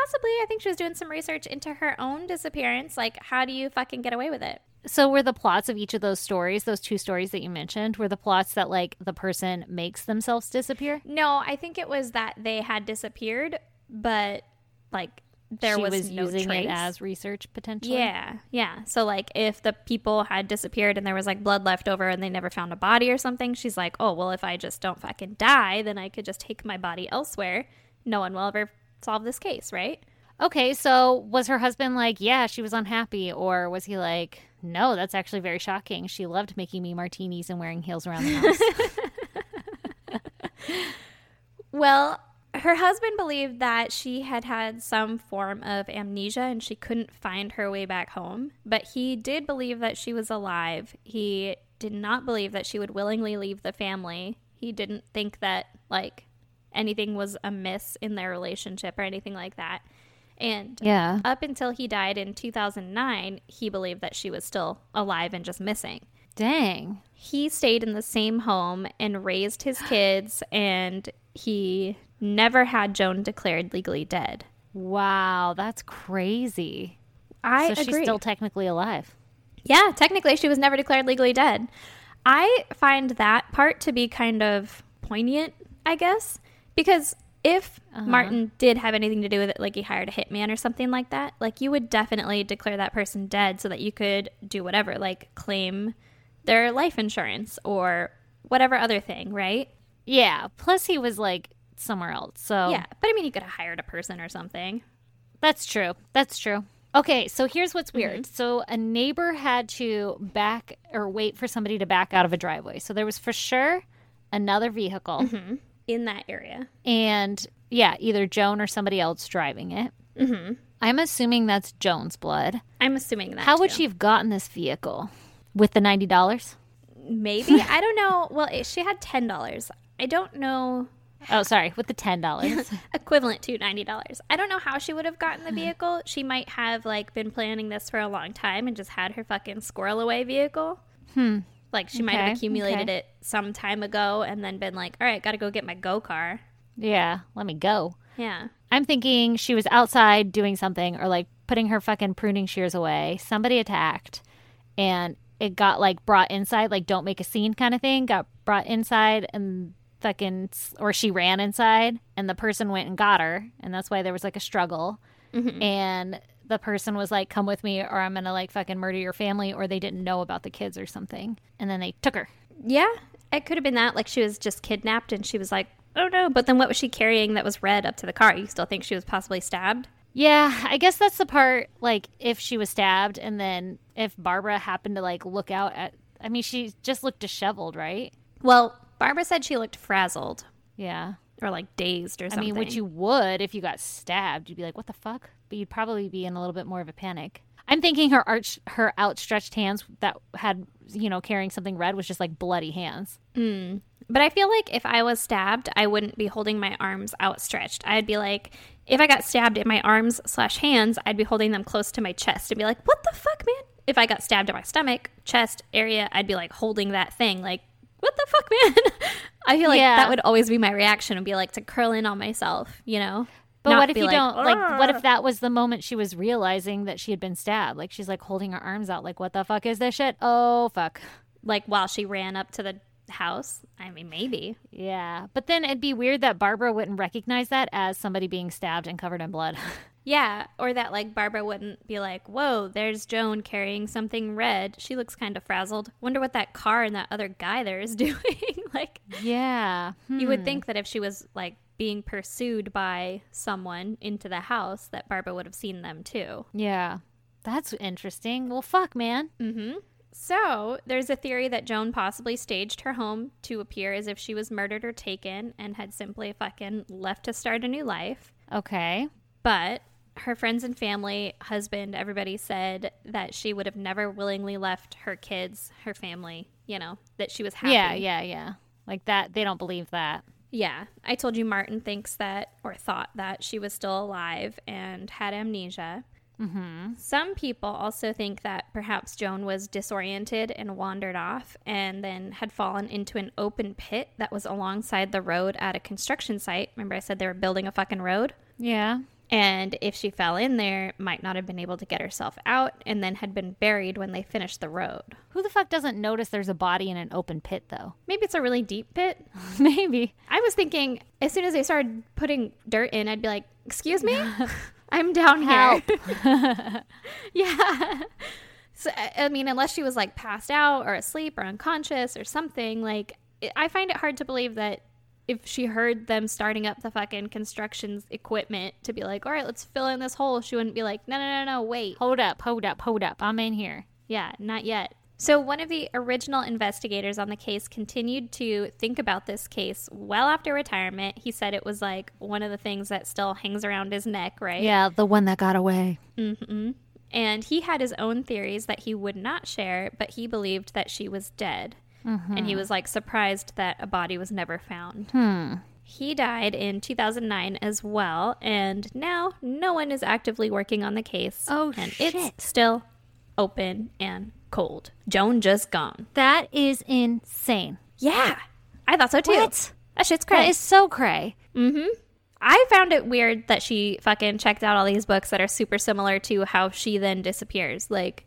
Speaker 2: possibly. I think she was doing some research into her own disappearance. Like, how do you fucking get away with it?
Speaker 1: So were the plots of each of those stories, those two stories that you mentioned, were the plots that like the person makes themselves disappear?
Speaker 2: No, I think it was that they had disappeared, but like there
Speaker 1: she
Speaker 2: was,
Speaker 1: was,
Speaker 2: no
Speaker 1: using
Speaker 2: trace.
Speaker 1: it as research potentially.
Speaker 2: yeah, yeah. So like if the people had disappeared and there was like blood left over and they never found a body or something, she's like, "Oh, well if I just don't fucking die, then I could just take my body elsewhere. No one will ever solve this case, right?"
Speaker 1: Okay, so was her husband like, yeah, she was unhappy, or was he like, no, that's actually very shocking. She loved making me martinis and wearing heels around the house.
Speaker 2: Well, her husband believed that she had had some form of amnesia and she couldn't find her way back home, but he did believe that she was alive. He did not believe that she would willingly leave the family. He didn't think that, like, anything was amiss in their relationship or anything like that. And
Speaker 1: yeah.
Speaker 2: up until he died in 2009, he believed that she was still alive and just missing
Speaker 1: Dang.
Speaker 2: he stayed in the same home and raised his kids and he never had joan declared legally dead
Speaker 1: Wow, that's crazy.
Speaker 2: i
Speaker 1: so she's still technically alive.
Speaker 2: yeah technically she was never declared legally dead i find that part to be kind of poignant i guess because if martin did have anything to do with it like he hired a hitman or something like that like you would definitely declare that person dead so that you could do whatever like claim their life insurance or whatever other thing right
Speaker 1: Yeah. Plus, he was like somewhere else. So
Speaker 2: Yeah, but I mean, he could have hired a person or something.
Speaker 1: That's true. That's true. Okay, so here's what's weird.
Speaker 2: Mm-hmm.
Speaker 1: So a neighbor had to back or wait for somebody to back out of a driveway. So there was for sure another vehicle
Speaker 2: Mm-hmm. In that area.
Speaker 1: and yeah, either Joan or somebody else driving it. Mm-hmm. I'm assuming that's Joan's blood.
Speaker 2: I'm assuming that.
Speaker 1: How would
Speaker 2: too.
Speaker 1: she have gotten this vehicle with the ninety dollars?
Speaker 2: Maybe. I don't know. Well, it, she had $10. I don't know.
Speaker 1: Oh, sorry, with the ten dollars.
Speaker 2: Equivalent to $90. I don't know how she would have gotten the vehicle. She might have, like, been planning this for a long time and just had her fucking squirrel away vehicle. Hmm. Like, she might
Speaker 1: Okay,
Speaker 2: have accumulated
Speaker 1: okay.
Speaker 2: it some time ago and then been like, all right, gotta go get my go car.
Speaker 1: yeah, let me go.
Speaker 2: Yeah.
Speaker 1: I'm thinking she was outside doing something or like putting her fucking pruning shears away. Somebody attacked and it got like brought inside, like don't make a scene kind of thing. Got brought inside and fucking, s- or she ran inside and the person went and got her. And that's why there was like a struggle. And the person was like, come with me or I'm going to like fucking murder your family or they didn't know about the kids or something. And then they took her.
Speaker 2: Yeah. It could have been that. Like, she was just kidnapped and she was like, oh no. But then what was she carrying that was red up to the car? You still think she was possibly stabbed?
Speaker 1: Yeah, I guess that's the part like if she was stabbed and then if Barbara happened to like look out at I mean she just looked disheveled, right?
Speaker 2: Well, Barbara said she looked frazzled
Speaker 1: Yeah.
Speaker 2: or like dazed or
Speaker 1: I
Speaker 2: something.
Speaker 1: mean, which you would if you got stabbed, you'd be like, "What the fuck?" But you'd probably be in a little bit more of a panic. I'm thinking her arch her outstretched hands that had, you know, carrying something red was just like bloody hands.
Speaker 2: But I feel like if I was stabbed, I wouldn't be holding my arms outstretched. I'd be like, if I got stabbed in my arms slash hands, I'd be holding them close to my chest and be like, what the fuck, man? If I got stabbed in my stomach, chest area, I'd be like holding that thing, like what the fuck, man? I feel like
Speaker 1: Yeah.
Speaker 2: that would always be my reaction would be like to curl in on myself, you know?
Speaker 1: But
Speaker 2: Not
Speaker 1: what if
Speaker 2: be
Speaker 1: you
Speaker 2: like,
Speaker 1: don't like? What
Speaker 2: "Argh."
Speaker 1: if that was the moment she was realizing that she had been stabbed? Like she's like holding her arms out, like what the fuck is this shit? Oh fuck.
Speaker 2: like while she ran up to the house? I mean, maybe.
Speaker 1: Yeah, but then it'd be weird that Barbara wouldn't recognize that as somebody being stabbed and covered in blood.
Speaker 2: Yeah, or that like Barbara wouldn't be like, "Whoa, there's Joan carrying something red. She looks kind of frazzled. Wonder what that car and that other guy there is doing." like,
Speaker 1: yeah, Hmm.
Speaker 2: you would think that if she was like being pursued by someone into the house, that Barbara would have seen them too.
Speaker 1: Yeah, that's interesting. Well, fuck, man.
Speaker 2: So, there's a theory that Joan possibly staged her home to appear as if she was murdered or taken and had simply fucking left to start a new life.
Speaker 1: Okay.
Speaker 2: But her friends and family, husband, everybody said that she would have never willingly left her kids, her family, you know, that she was happy.
Speaker 1: Yeah, yeah, yeah. Like that, they don't believe that.
Speaker 2: Yeah. I told you Martin thinks that or thought that she was still alive and had amnesia. Mm-hmm. Some people also think that perhaps Joan was disoriented and wandered off and then had fallen into an open pit that was alongside the road at a construction site. Remember, I said they were building a fucking road?
Speaker 1: Yeah.
Speaker 2: And if she fell in there, might not have been able to get herself out and then had been buried when they finished the road.
Speaker 1: Who the fuck doesn't notice there's a body in an open pit though?
Speaker 2: Maybe it's a really deep pit.
Speaker 1: Maybe.
Speaker 2: I was thinking as soon as they started putting dirt in, I'd be like, "Excuse me, I'm down here." yeah. So I I mean, unless she was like passed out or asleep or unconscious or something, like it- I find it hard to believe that if she heard them starting up the fucking construction equipment to be like, "All right, let's fill in this hole," she wouldn't be like, "No, no, no, no, wait."
Speaker 1: Hold up, hold up, hold up. I'm in here.
Speaker 2: Yeah, not yet. So, one of the original investigators on the case continued to think about this case well after retirement. He said it was like one of the things that still hangs around his neck, right?
Speaker 1: Yeah, the one that got away.
Speaker 2: And he had his own theories that he would not share, but he believed that she was dead.
Speaker 1: Mm-hmm.
Speaker 2: And he was like surprised that a body was never found.
Speaker 1: Hmm.
Speaker 2: He died in 2009 as well. And now no one is actively working on the case.
Speaker 1: Oh,
Speaker 2: And
Speaker 1: shit.
Speaker 2: it's still open and cold. Joan just gone.
Speaker 1: That is insane.
Speaker 2: Yeah, I thought so too.
Speaker 1: What?
Speaker 2: That shit's
Speaker 1: That
Speaker 2: crazy.
Speaker 1: is so cray.
Speaker 2: I found it weird that she fucking checked out all these books that are super similar to how she then disappears. Like,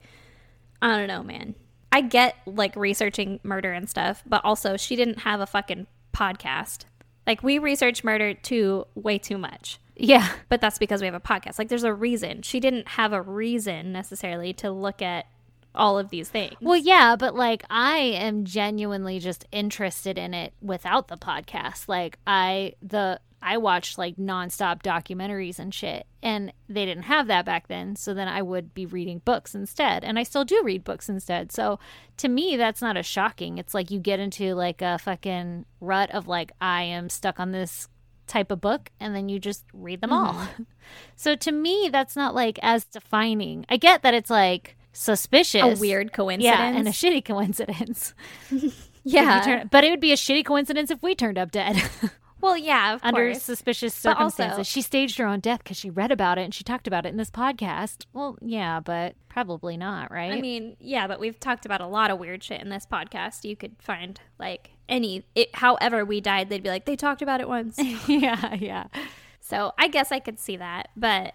Speaker 2: I don't know, man. I get like researching murder and stuff, but also she didn't have a fucking podcast. Like, we research murder too way too much,
Speaker 1: Yeah.
Speaker 2: but that's because we have a podcast. Like, there's a reason. She didn't have a reason necessarily to look at all of these things.
Speaker 1: Well, yeah, but like I am genuinely just interested in it without the podcast. Like I the I watched like nonstop documentaries and shit, and they didn't have that back then. So then I would be reading books instead, and I still do read books instead. So to me, that's not as shocking. It's like you get into like a fucking rut of like I am stuck on this type of book, and then you just read them all.
Speaker 2: Mm-hmm.
Speaker 1: so to me, that's not like as defining. I get that it's like suspicious,
Speaker 2: a weird coincidence.
Speaker 1: yeah, and a shitty coincidence. If we
Speaker 2: yeah.
Speaker 1: turn- but it would be a shitty coincidence if we turned up dead
Speaker 2: well, yeah, of
Speaker 1: under
Speaker 2: course.
Speaker 1: suspicious
Speaker 2: But also-
Speaker 1: circumstances. she staged her own death because she read about it and she talked about it in this podcast. Well, yeah, but probably not, right?
Speaker 2: I mean, yeah, but we've talked about a lot of weird shit in this podcast. You could find like any, it, however we died, they'd be like, they talked about it once.
Speaker 1: yeah, yeah.
Speaker 2: so I guess I could see that, but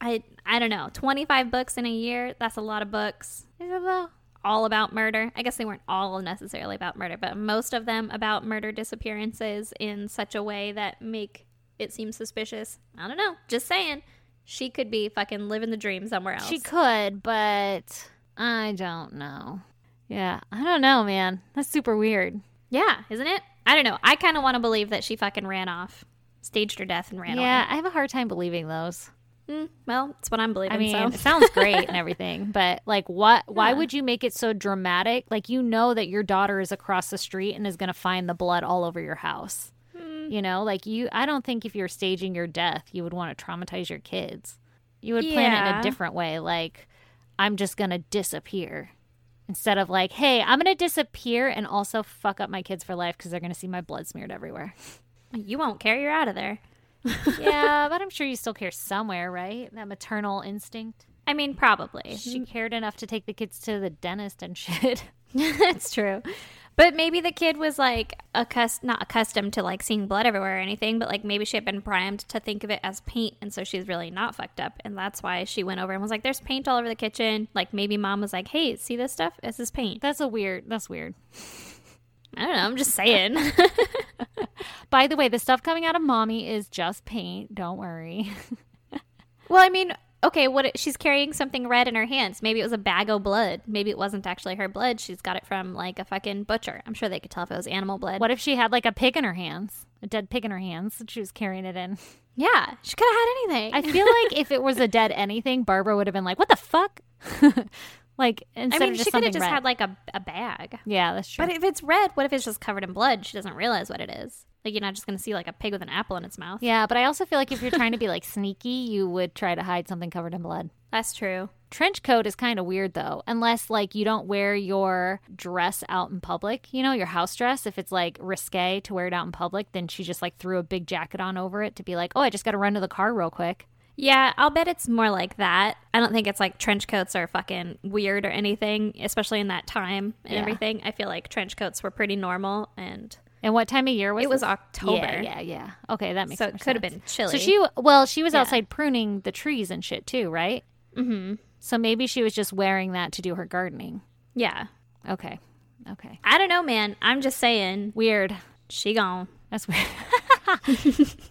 Speaker 2: I, I don't know. Twenty five books in a year—that's a lot of books.
Speaker 1: Is it though?
Speaker 2: All about murder. I guess they weren't all necessarily about murder, but most of them about murder disappearances in such a way that make it seem suspicious. I don't know. Just saying, she could be fucking living the dream somewhere else.
Speaker 1: She could, but I don't know. Yeah, I don't know, man. That's super weird.
Speaker 2: Yeah, isn't it? I don't know. I kind of want to believe that she fucking ran off, staged her death, and ran
Speaker 1: yeah, I have a hard time believing those.
Speaker 2: away. Mm, well, it's what I'm believing.
Speaker 1: I mean,
Speaker 2: so.
Speaker 1: it sounds great and everything, but like, what? Why would you make it so dramatic? Like, you know that your daughter is across the street and is going to find the blood all over your house. You know, like you. I don't think if you're staging your death, you would want to traumatize your kids. You would plan it in
Speaker 2: Yeah.
Speaker 1: a different way. Like, I'm just going to disappear instead of like, hey, I'm going to disappear and also fuck up my kids for life because they're going to see my blood smeared everywhere.
Speaker 2: you won't care. You're out of there.
Speaker 1: yeah, but I'm sure you still care somewhere, right? That maternal instinct.
Speaker 2: I mean, probably.
Speaker 1: she cared enough to take the kids to the dentist and shit.
Speaker 2: That's true. But maybe the kid was like accust- not accustomed to like seeing blood everywhere or anything, but like maybe she had been primed to think of it as paint and so she's really not fucked up and that's why she went over and was like there's paint all over the kitchen. Like maybe mom was like, "Hey, see this stuff? This is paint."
Speaker 1: That's a weird. That's weird.
Speaker 2: I don't know, I'm just saying.
Speaker 1: By the way, the stuff coming out of mommy is just paint. Don't worry.
Speaker 2: well, I mean, okay, what it- she's carrying something red in her hands. Maybe it was a bag of blood. Maybe it wasn't actually her blood. She's got it from like a fucking butcher. I'm sure they could tell if it was animal blood.
Speaker 1: What if she had like a pig in her hands, a dead pig in her hands, and she was carrying it in?
Speaker 2: Yeah, she could have had anything.
Speaker 1: I feel like if it was a dead anything, Barbara would have been like, "What the fuck?" like
Speaker 2: I
Speaker 1: instead
Speaker 2: mean,
Speaker 1: of just
Speaker 2: she could
Speaker 1: something
Speaker 2: have just
Speaker 1: red.
Speaker 2: had like a, a bag.
Speaker 1: yeah, that's true.
Speaker 2: But if it's red, what if it's just covered in blood? She doesn't realize what it is. Like you're not just gonna see like a pig with an apple in its mouth.
Speaker 1: yeah, but I also feel like if you're trying to be like sneaky, you would try to hide something covered in blood.
Speaker 2: That's true.
Speaker 1: Trench coat is kind of weird though, unless like you don't wear your dress out in public, you know, your house dress. If it's like risque to wear it out in public, then she just like threw a big jacket on over it to be like, oh, I just got to run to the car real quick.
Speaker 2: Yeah, I'll bet it's more like that. I don't think it's like trench coats are fucking weird or anything, especially in that time and
Speaker 1: Yeah.
Speaker 2: everything. I feel like trench coats were pretty normal and
Speaker 1: And what time of year was
Speaker 2: it was
Speaker 1: this?
Speaker 2: October.
Speaker 1: Yeah, yeah, yeah. Okay, that makes
Speaker 2: So
Speaker 1: more
Speaker 2: it could have
Speaker 1: sense.
Speaker 2: been chilly.
Speaker 1: So she, well, she was outside pruning the trees and shit too, right? Mm-hmm. So maybe she was just wearing that to do her gardening.
Speaker 2: Yeah.
Speaker 1: Okay, okay.
Speaker 2: I don't know, man. I'm just saying,
Speaker 1: Weird.
Speaker 2: she gone.
Speaker 1: That's weird.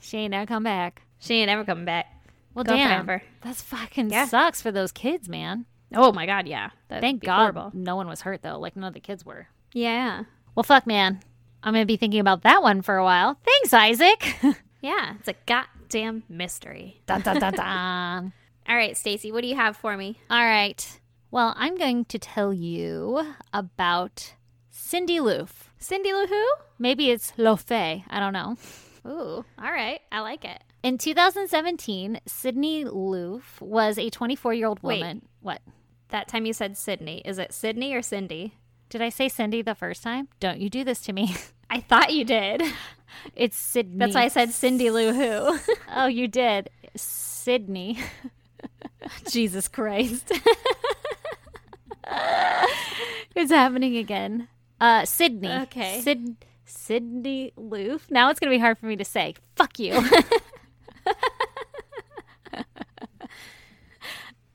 Speaker 1: she ain't never come back.
Speaker 2: She ain't ever coming back.
Speaker 1: Well,
Speaker 2: Gone
Speaker 1: damn,
Speaker 2: forever.
Speaker 1: that's fucking
Speaker 2: Yeah.
Speaker 1: sucks for those kids, man.
Speaker 2: Oh my god, yeah. That'd
Speaker 1: Thank
Speaker 2: be
Speaker 1: God
Speaker 2: horrible.
Speaker 1: no one was hurt though. Like none of the kids were.
Speaker 2: Yeah.
Speaker 1: Well, fuck, man. I'm gonna be thinking about that one for a while. Thanks, Isaac.
Speaker 2: Yeah. It's a goddamn mystery.
Speaker 1: dun, dun, dun, dun.
Speaker 2: All right, Stacy, what do you have for me?
Speaker 1: All right. Well, I'm going to tell you about Cindy Loof.
Speaker 2: Cindy Lou Who?
Speaker 1: Maybe it's Lofe. I don't know.
Speaker 2: Ooh, all right, I like it.
Speaker 1: In 2017, Sydney Loof was a 24 year old
Speaker 2: Wait.
Speaker 1: woman. What?
Speaker 2: That time you said Sydney. Is it Sydney or Cindy?
Speaker 1: Did I say Cindy the first time? Don't you do this to me.
Speaker 2: I thought you did.
Speaker 1: It's Sydney.
Speaker 2: That's why I said Cindy Lou Who.
Speaker 1: Oh, you did. Sydney.
Speaker 2: Jesus Christ.
Speaker 1: It's happening again. Uh, Sydney.
Speaker 2: Okay.
Speaker 1: Sid- Sydney Loof. Now it's going to be hard for me to say. Fuck you.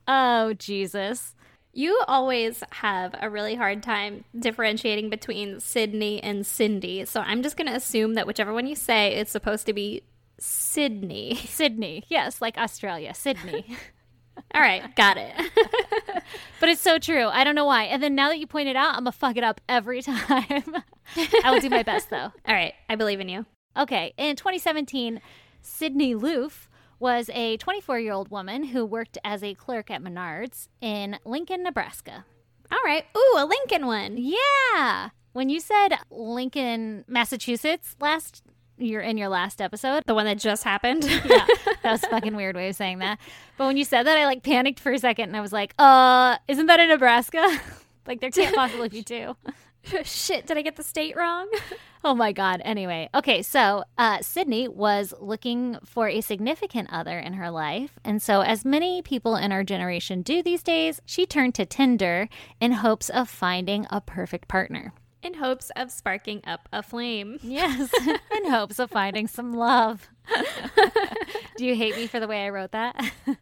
Speaker 1: oh, Jesus.
Speaker 2: You always have a really hard time differentiating between Sydney and Cindy. So I'm just going to assume that whichever one you say, it's supposed to be Sydney.
Speaker 1: Sydney. Yes, like Australia. Sydney.
Speaker 2: All right, got it.
Speaker 1: but it's so true. I don't know why. And then now that you point it out, I'm going to fuck it up every time. I will do my best, though.
Speaker 2: All right, I believe in you.
Speaker 1: Okay, in 2017, Sydney Loof was a 24 year old woman who worked as a clerk at Menards in Lincoln, Nebraska.
Speaker 2: All right. Ooh, a Lincoln one.
Speaker 1: Yeah! When you said Lincoln, Massachusetts last you're in your last episode.
Speaker 2: The one that just happened.
Speaker 1: Yeah, that was a fucking weird way of saying that. But when you said that, I like panicked for a second and I was like, uh, isn't that in Nebraska? like, there can't possibly be two.
Speaker 2: Shit, did I get the state wrong?
Speaker 1: Oh my God. Anyway, okay, so uh, Sydney was looking for a significant other in her life. And so, as many people in our generation do these days, she turned to Tinder in hopes of finding a perfect partner.
Speaker 2: in hopes of sparking up a flame.
Speaker 1: Yes, in hopes of finding some love. do you hate me for the way I wrote that?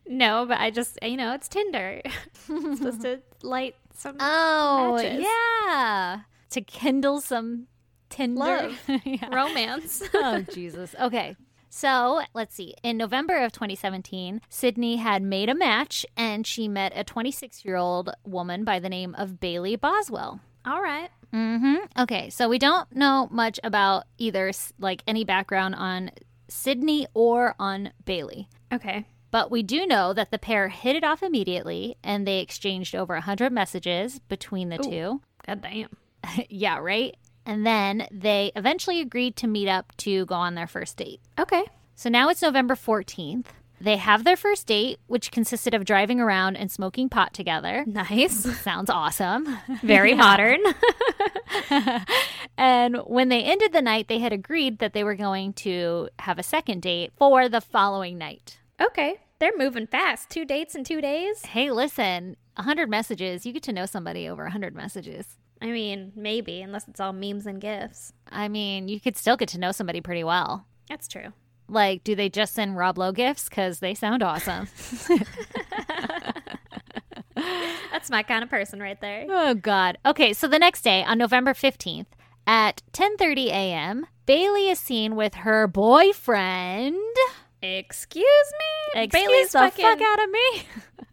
Speaker 2: No, but I just, you know, it's Tinder. It's supposed to light some.
Speaker 1: Oh,
Speaker 2: Matches.
Speaker 1: yeah. To kindle some Tinder.
Speaker 2: Love.
Speaker 1: Yeah.
Speaker 2: Romance.
Speaker 1: oh Jesus. Okay. So let's see. In November of 2017, Sydney had made a match and she met a 26 year old woman by the name of Bailey Boswell.
Speaker 2: All right.
Speaker 1: hmm Okay. So we don't know much about either, s- like any background on Sydney or on Bailey.
Speaker 2: Okay.
Speaker 1: But we do know that the pair hit it off immediately and they exchanged over 100 messages between the two.
Speaker 2: God damn.
Speaker 1: yeah, right? And then they eventually agreed to meet up to go on their first date.
Speaker 2: Okay.
Speaker 1: So now it's November 14th. They have their first date, which consisted of driving around and smoking pot together.
Speaker 2: Nice.
Speaker 1: Sounds awesome.
Speaker 2: Very modern.
Speaker 1: And when they ended the night, they had agreed that they were going to have a second date for the following night.
Speaker 2: Okay. They're moving fast. Two dates in two days.
Speaker 1: Hey, listen, 100 messages. You get to know somebody over 100 messages.
Speaker 2: I mean, maybe, unless it's all memes and gifs.
Speaker 1: I mean, you could still get to know somebody pretty well.
Speaker 2: That's true.
Speaker 1: Like, do they just send Rob Lowe gifts? Because they sound awesome.
Speaker 2: That's my kind of person right there.
Speaker 1: Oh God. Okay, so the next day on November fifteenth at ten thirty a.m., Bailey is seen with her boyfriend.
Speaker 2: Excuse me?
Speaker 1: Excuse the fuck out of me.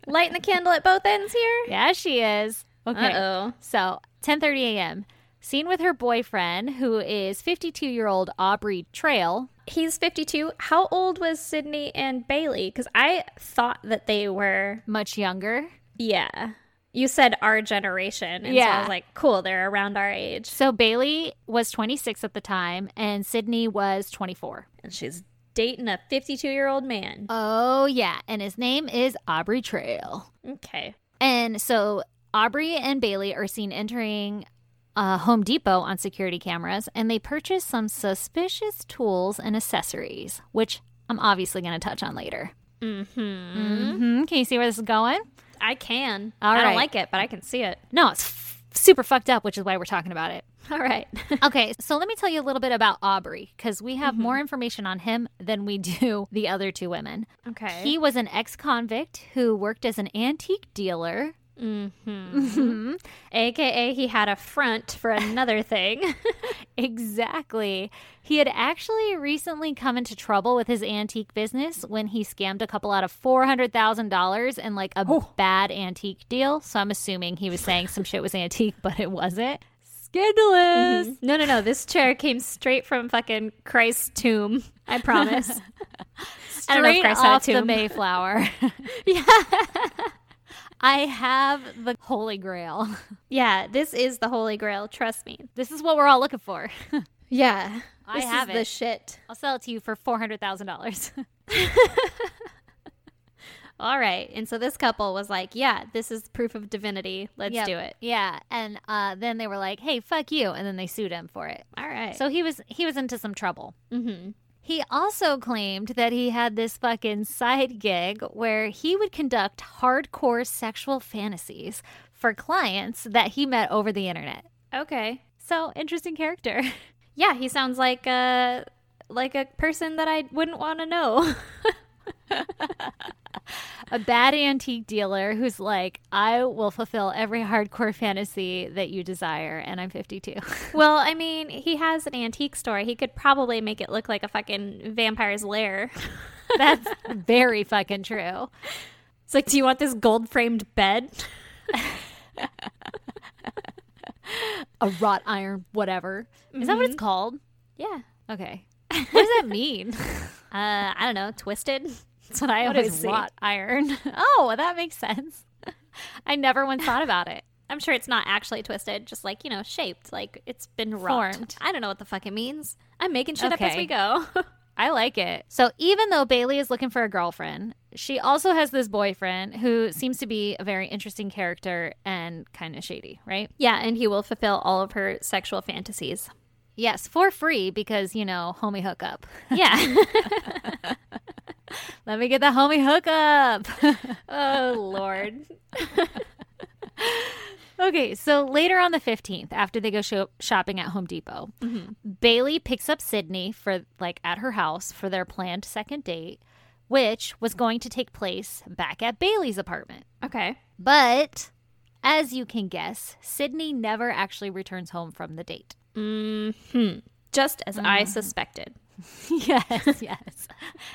Speaker 2: lighting the candle at both ends here?
Speaker 1: yeah, she is. Okay.
Speaker 2: Uh-oh.
Speaker 1: So ten thirty a.m. Seen with her boyfriend, who is fifty-two-year-old Aubrey Trail.
Speaker 2: He's 52. How old was Sydney and Bailey? Because I thought that they were,
Speaker 1: Much younger.
Speaker 2: yeah. You said our generation. And So I
Speaker 1: Yeah.
Speaker 2: was like, cool, they're around our age.
Speaker 1: So Bailey was 26 at the time, and Sydney was 24.
Speaker 2: And she's dating a 52 year old man.
Speaker 1: Oh, yeah. And his name is Aubrey Trail.
Speaker 2: Okay.
Speaker 1: And so Aubrey and Bailey are seen entering uh, Home Depot on security cameras, and they purchase some suspicious tools and accessories, which I'm obviously going to touch on later.
Speaker 2: hmm
Speaker 1: hmm Can you see where this is going?
Speaker 2: I can.
Speaker 1: All
Speaker 2: I don't
Speaker 1: right.
Speaker 2: like it, but I can see it.
Speaker 1: No, it's f- super fucked up, which is why we're talking about it.
Speaker 2: All right.
Speaker 1: Okay, so let me tell you a little bit about Aubrey because we have more information on him than we do the other two women.
Speaker 2: okay.
Speaker 1: He was an ex convict who worked as an antique dealer. Mm-hmm.
Speaker 2: AKA, he had mm-hmm. a front for another thing.
Speaker 1: Exactly. He had actually recently come into trouble with his antique business when he scammed a couple out of $400,000 in like a
Speaker 2: Oh.
Speaker 1: bad antique deal. So I'm assuming he was saying some shit was antique, but it wasn't. Mm-hmm. Scandalous.
Speaker 2: no, no, no. This chair came straight from fucking Christ's tomb. I promise. I don't know if
Speaker 1: Straight
Speaker 2: Christ had a
Speaker 1: off the
Speaker 2: tomb.
Speaker 1: Mayflower. yeah. I have the Holy Grail.
Speaker 2: yeah, this is the Holy Grail. Trust me.
Speaker 1: This is what we're all looking for.
Speaker 2: Yeah.
Speaker 1: I
Speaker 2: this
Speaker 1: have
Speaker 2: is the
Speaker 1: it.
Speaker 2: shit.
Speaker 1: I'll sell it to you for four hundred thousand dollars.
Speaker 2: All right. And so this couple was like, yeah, this is proof of divinity. Let's do it.
Speaker 1: Yeah, and uh, then they were like, "Hey, fuck you," and then they sued him for it.
Speaker 2: All right.
Speaker 1: So he was he was into some trouble.
Speaker 2: hmm
Speaker 1: He also claimed that he had this fucking side gig where he would conduct hardcore sexual fantasies for clients that he met over the internet.
Speaker 2: okay.
Speaker 1: So interesting character.
Speaker 2: Yeah, he sounds like a like a person that I wouldn't want to know.
Speaker 1: a bad antique dealer who's like, I will fulfill every hardcore fantasy that you desire, and I'm 52.
Speaker 2: well, I mean, he has an antique store. He could probably make it look like a fucking vampire's lair.
Speaker 1: That's very fucking true.
Speaker 2: It's like, do you want this gold framed bed?
Speaker 1: A wrought iron, whatever. Is that what it's called?
Speaker 2: Yeah.
Speaker 1: Okay. What does that mean?
Speaker 2: Uh, I don't know. Twisted. That's what I
Speaker 1: what
Speaker 2: always
Speaker 1: is
Speaker 2: see.
Speaker 1: wrought iron? Oh, that makes sense. I never once thought about it.
Speaker 2: I'm sure it's not actually twisted, just like you know, shaped. Like it's been wrought.
Speaker 1: Formed.
Speaker 2: I don't know what the fuck it means. I'm making shit up as
Speaker 1: Okay.
Speaker 2: we go.
Speaker 1: I like it. So even though Bailey is looking for a girlfriend, she also has this boyfriend who seems to be a very interesting character and kind of shady, right?
Speaker 2: yeah, and he will fulfill all of her sexual fantasies.
Speaker 1: Yes, for free because, you know, homie hookup.
Speaker 2: Yeah.
Speaker 1: Let me get the homie hookup.
Speaker 2: oh Lord.
Speaker 1: okay, so later on the 15th, after they go sho- shopping at Home Depot, Bailey picks up Sydney for, like, at her house for their planned second date, which was going to take place back at Bailey's apartment.
Speaker 2: Okay.
Speaker 1: But as you can guess, Sydney never actually returns home from the date.
Speaker 2: Just as I suspected.
Speaker 1: yes, yes.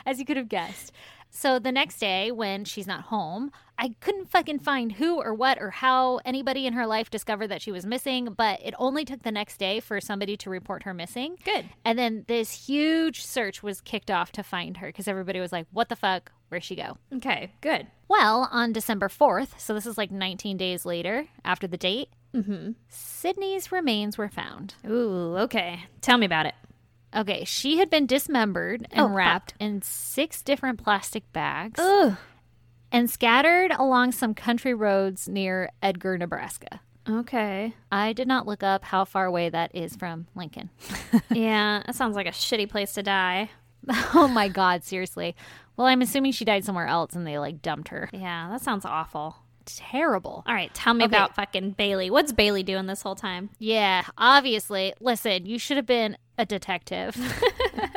Speaker 1: As you could have guessed. So the next day, when she's not home, I couldn't fucking find who or what or how anybody in her life discovered that she was missing, but it only took the next day for somebody to report her missing.
Speaker 2: Good.
Speaker 1: And then this huge search was kicked off to find her because everybody was like, what the fuck? Where'd she go?
Speaker 2: Okay. Good.
Speaker 1: Well, on December 4th, so this is like 19 days later after the date, Sydney's remains were found.
Speaker 2: Ooh. Okay. Tell me about it.
Speaker 1: Okay, she had been dismembered and
Speaker 2: Oh, fuck.
Speaker 1: wrapped in six different plastic bags
Speaker 2: Ugh.
Speaker 1: and scattered along some country roads near Edgar, Nebraska.
Speaker 2: Okay.
Speaker 1: I did not look up how far away that is from Lincoln.
Speaker 2: yeah, that sounds like a shitty place to die.
Speaker 1: oh my God, seriously. Well, I'm assuming she died somewhere else and they like dumped her.
Speaker 2: Yeah, that sounds awful.
Speaker 1: terrible.
Speaker 2: All right, tell me
Speaker 1: Okay.
Speaker 2: about fucking Bailey. What's Bailey doing this whole time?
Speaker 1: Yeah, obviously. Listen, you should have been a detective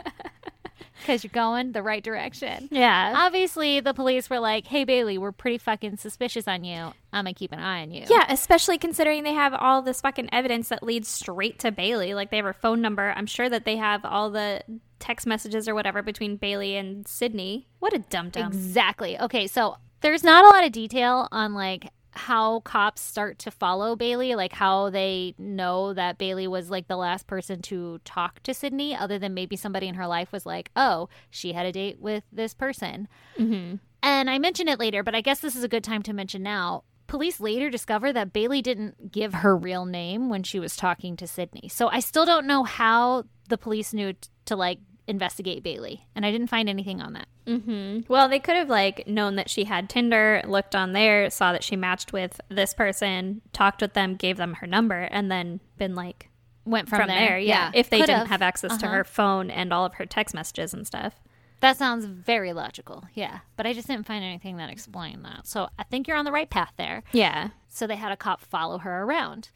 Speaker 1: because you're going the right direction.
Speaker 2: Yeah.
Speaker 1: Obviously, the police were like, hey, Bailey, we're pretty fucking suspicious on you. I'm going to keep an eye on you.
Speaker 2: yeah, especially considering they have all this fucking evidence that leads straight to Bailey. Like they have her phone number. I'm sure that they have all the text messages or whatever between Bailey and Sydney. What a dumb dumb.
Speaker 1: Exactly. Okay, so there's not a lot of detail on like how cops start to follow Bailey, like how they know that Bailey was like the last person to talk to Sydney, other than maybe somebody in her life was like, oh, she had a date with this person.
Speaker 2: Mm-hmm.
Speaker 1: And I mention it later, but I guess this is a good time to mention now. Police later discover that Bailey didn't give her real name when she was talking to Sydney. So I still don't know how the police knew t- to like investigate Bailey. And I didn't find anything on that.
Speaker 2: Mm-hmm. Well, they could have like known that she had Tinder, looked on there, saw that she matched with this person, talked with them, gave them her number, and then been like
Speaker 1: Went
Speaker 2: from, there. yeah. If they
Speaker 1: Could've.
Speaker 2: didn't have access to
Speaker 1: Uh-huh.
Speaker 2: her phone and all of her text messages and stuff.
Speaker 1: That sounds very logical. Yeah. But I just didn't find anything that explained that. So I think you're on the right path there.
Speaker 2: Yeah.
Speaker 1: So they had a cop follow her around.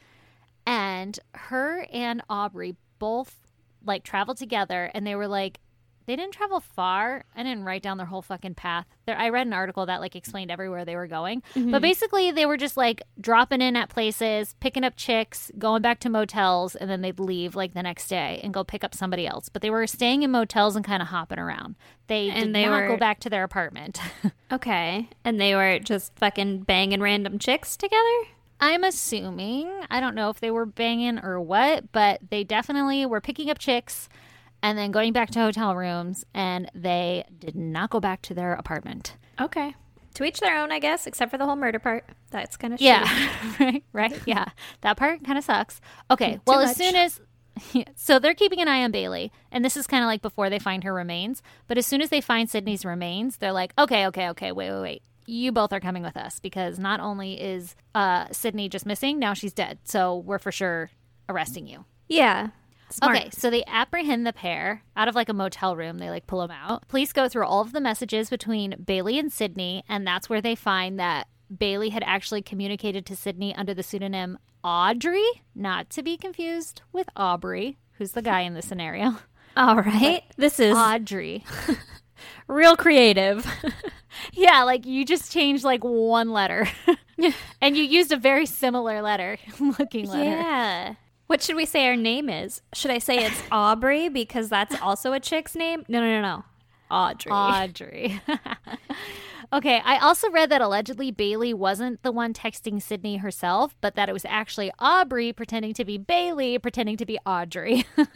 Speaker 1: And her and Aubrey both like traveled together and they were like they didn't travel far. I didn't write down their whole fucking path. There I read an article that like explained everywhere they were going.
Speaker 2: Mm-hmm.
Speaker 1: But basically they were just like dropping in at places, picking up chicks, going back to motels, and then they'd leave like the next day and go pick up somebody else. But they were staying in motels and kind of hopping around. They
Speaker 2: And
Speaker 1: did
Speaker 2: they
Speaker 1: not
Speaker 2: were-
Speaker 1: go back to their apartment.
Speaker 2: Okay. And they were just fucking banging random chicks together?
Speaker 1: I'm assuming, I don't know if they were banging or what, but they definitely were picking up chicks and then going back to hotel rooms, and they did not go back to their apartment.
Speaker 2: Okay. To each their own, I guess, except for the whole murder part. That's kind of
Speaker 1: Yeah. right. Right. Yeah. That part kind of sucks. Okay. Well, as
Speaker 2: much.
Speaker 1: soon as. So they're keeping an eye on Bailey, and this is kind of like before they find her remains. But as soon as they find Sydney's remains, they're like, okay, okay, okay, wait, wait, wait. You both are coming with us because not only is uh, Sydney just missing, now she's dead. So we're for sure arresting you.
Speaker 2: Yeah. Smart.
Speaker 1: Okay, so they apprehend the pair out of like a motel room. They like pull them out. Police go through all of the messages between Bailey and Sydney, and that's where they find that Bailey had actually communicated to Sydney under the pseudonym Audrey, not to be confused with Aubrey, who's the guy in the scenario.
Speaker 2: All right. This is
Speaker 1: Audrey.
Speaker 2: real creative.
Speaker 1: Yeah, like you just changed like one letter. and you used a very similar letter looking letter.
Speaker 2: Yeah. What should we say our name is? Should I say it's Aubrey because that's also a chick's name? No, no, no, no. Audrey.
Speaker 1: Audrey. okay, I also read that allegedly Bailey wasn't the one texting Sydney herself, but that it was actually Aubrey pretending to be Bailey, pretending to be Audrey.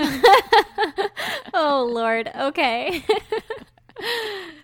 Speaker 2: oh, Lord. Okay.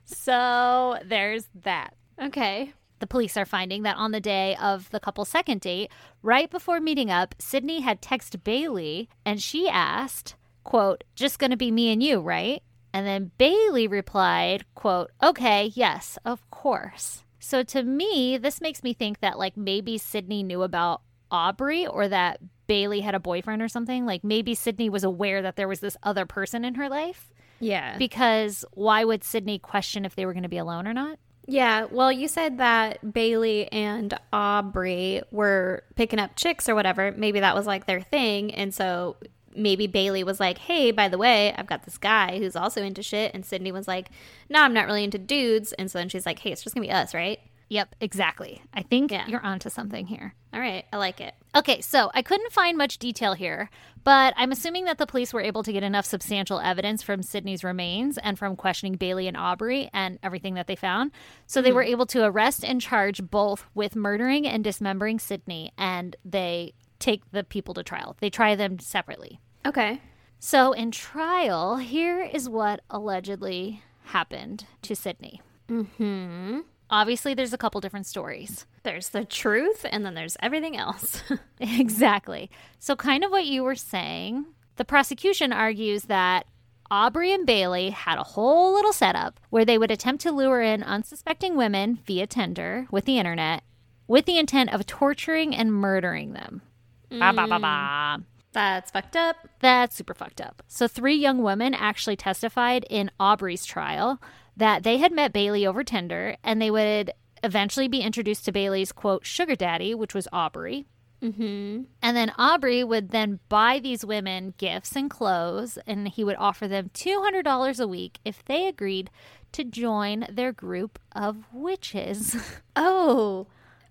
Speaker 1: so there's that.
Speaker 2: okay.
Speaker 1: The police are finding that on the day of the couple's second date, right before meeting up, Sydney had texted Bailey and she asked, quote, just gonna be me and you, right? And then Bailey replied, quote, okay, yes, of course. So to me, this makes me think that like maybe Sydney knew about Aubrey or that Bailey had a boyfriend or something. Like maybe Sydney was aware that there was this other person in her life
Speaker 2: Yeah.
Speaker 1: because why would Sydney question if they were gonna be alone or not?
Speaker 2: Yeah, well, you said that Bailey and Aubrey were picking up chicks or whatever. Maybe that was like their thing. And so maybe Bailey was like, hey, by the way, I've got this guy who's also into shit. And Sydney was like, no, I'm not really into dudes. And so then she's like, hey, it's just going to be us, right?
Speaker 1: Yep, exactly. I think
Speaker 2: Yeah.
Speaker 1: you're onto something here.
Speaker 2: All right, I like it.
Speaker 1: Okay, so I couldn't find much detail here, but I'm assuming that the police were able to get enough substantial evidence from Sydney's remains and from questioning Bailey and Aubrey and everything that they found. So they were able to arrest and charge both with murdering and dismembering Sydney, and they take the people to trial. They try them separately.
Speaker 2: Okay.
Speaker 1: So in trial, here is what allegedly happened to Sydney. Mm-hmm.
Speaker 2: Hmm.
Speaker 1: Obviously, there's a couple different stories.
Speaker 2: There's the truth, and then there's everything else.
Speaker 1: Exactly. So, kind of what you were saying, the prosecution argues that Aubrey and Bailey had a whole little setup where they would attempt to lure in unsuspecting women via Tinder with the internet with the intent of torturing and murdering them. Ba, ba, ba, ba.
Speaker 2: That's fucked up.
Speaker 1: That's super fucked up. So, three young women actually testified in Aubrey's trial that they had met Bailey over Tinder and they would eventually be introduced to Bailey's quote sugar daddy, which was Aubrey.
Speaker 2: Mm-hmm.
Speaker 1: And then Aubrey would then buy these women gifts and clothes, and he would offer them $200 a week if they agreed to join their group of witches.
Speaker 2: Oh.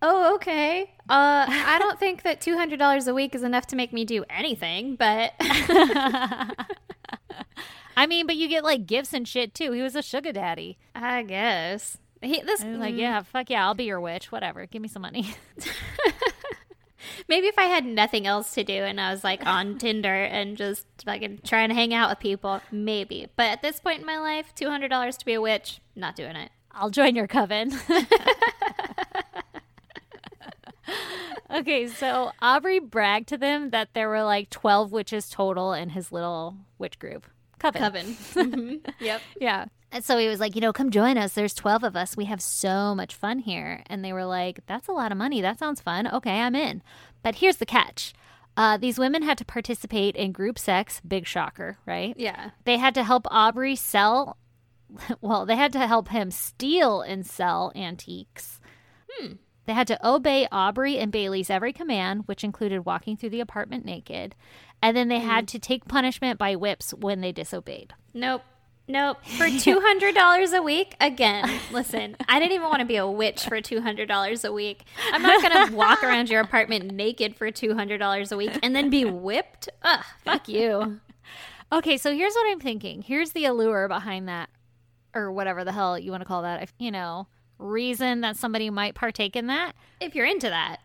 Speaker 2: Oh, okay. Uh, I don't think that two hundred dollars a week is enough to make me do anything, but
Speaker 1: I mean, but you get like gifts and shit too. He was a sugar daddy.
Speaker 2: I guess he, this
Speaker 1: And he's like, yeah, fuck yeah, I'll be your witch. Whatever. Give me some money.
Speaker 2: Maybe if I had nothing else to do and I was like on Tinder and just fucking trying to hang out with people, maybe. But at this point in my life, two hundred dollars to be a witch, not doing it.
Speaker 1: I'll join your coven. okay, so Aubrey bragged to them that there were like 12 witches total in his little witch group. Coven.
Speaker 2: Coven. Yep.
Speaker 1: Yeah. And so he was like, you know, come join us. There's 12 of us. We have so much fun here. And they were like, that's a lot of money. That sounds fun. Okay, I'm in. But here's the catch uh, these women had to participate in group sex. Big shocker, right?
Speaker 2: Yeah.
Speaker 1: They had to help Aubrey sell, well, they had to help him steal and sell antiques. They had to obey Aubrey and Bailey's every command, which included walking through the apartment naked. And then they had to take punishment by whips when they disobeyed.
Speaker 2: Nope. Nope. For two hundred dollars a week, again. Listen, I didn't even want to be a witch for two hundred dollars a week. I'm not gonna walk around your apartment naked for two hundred dollars a week and then be whipped. Ugh, fuck you.
Speaker 1: Okay, so here's what I'm thinking. Here's the allure behind that, or whatever the hell you want to call that. If, you know, reason that somebody might partake in that.
Speaker 2: If you're into that.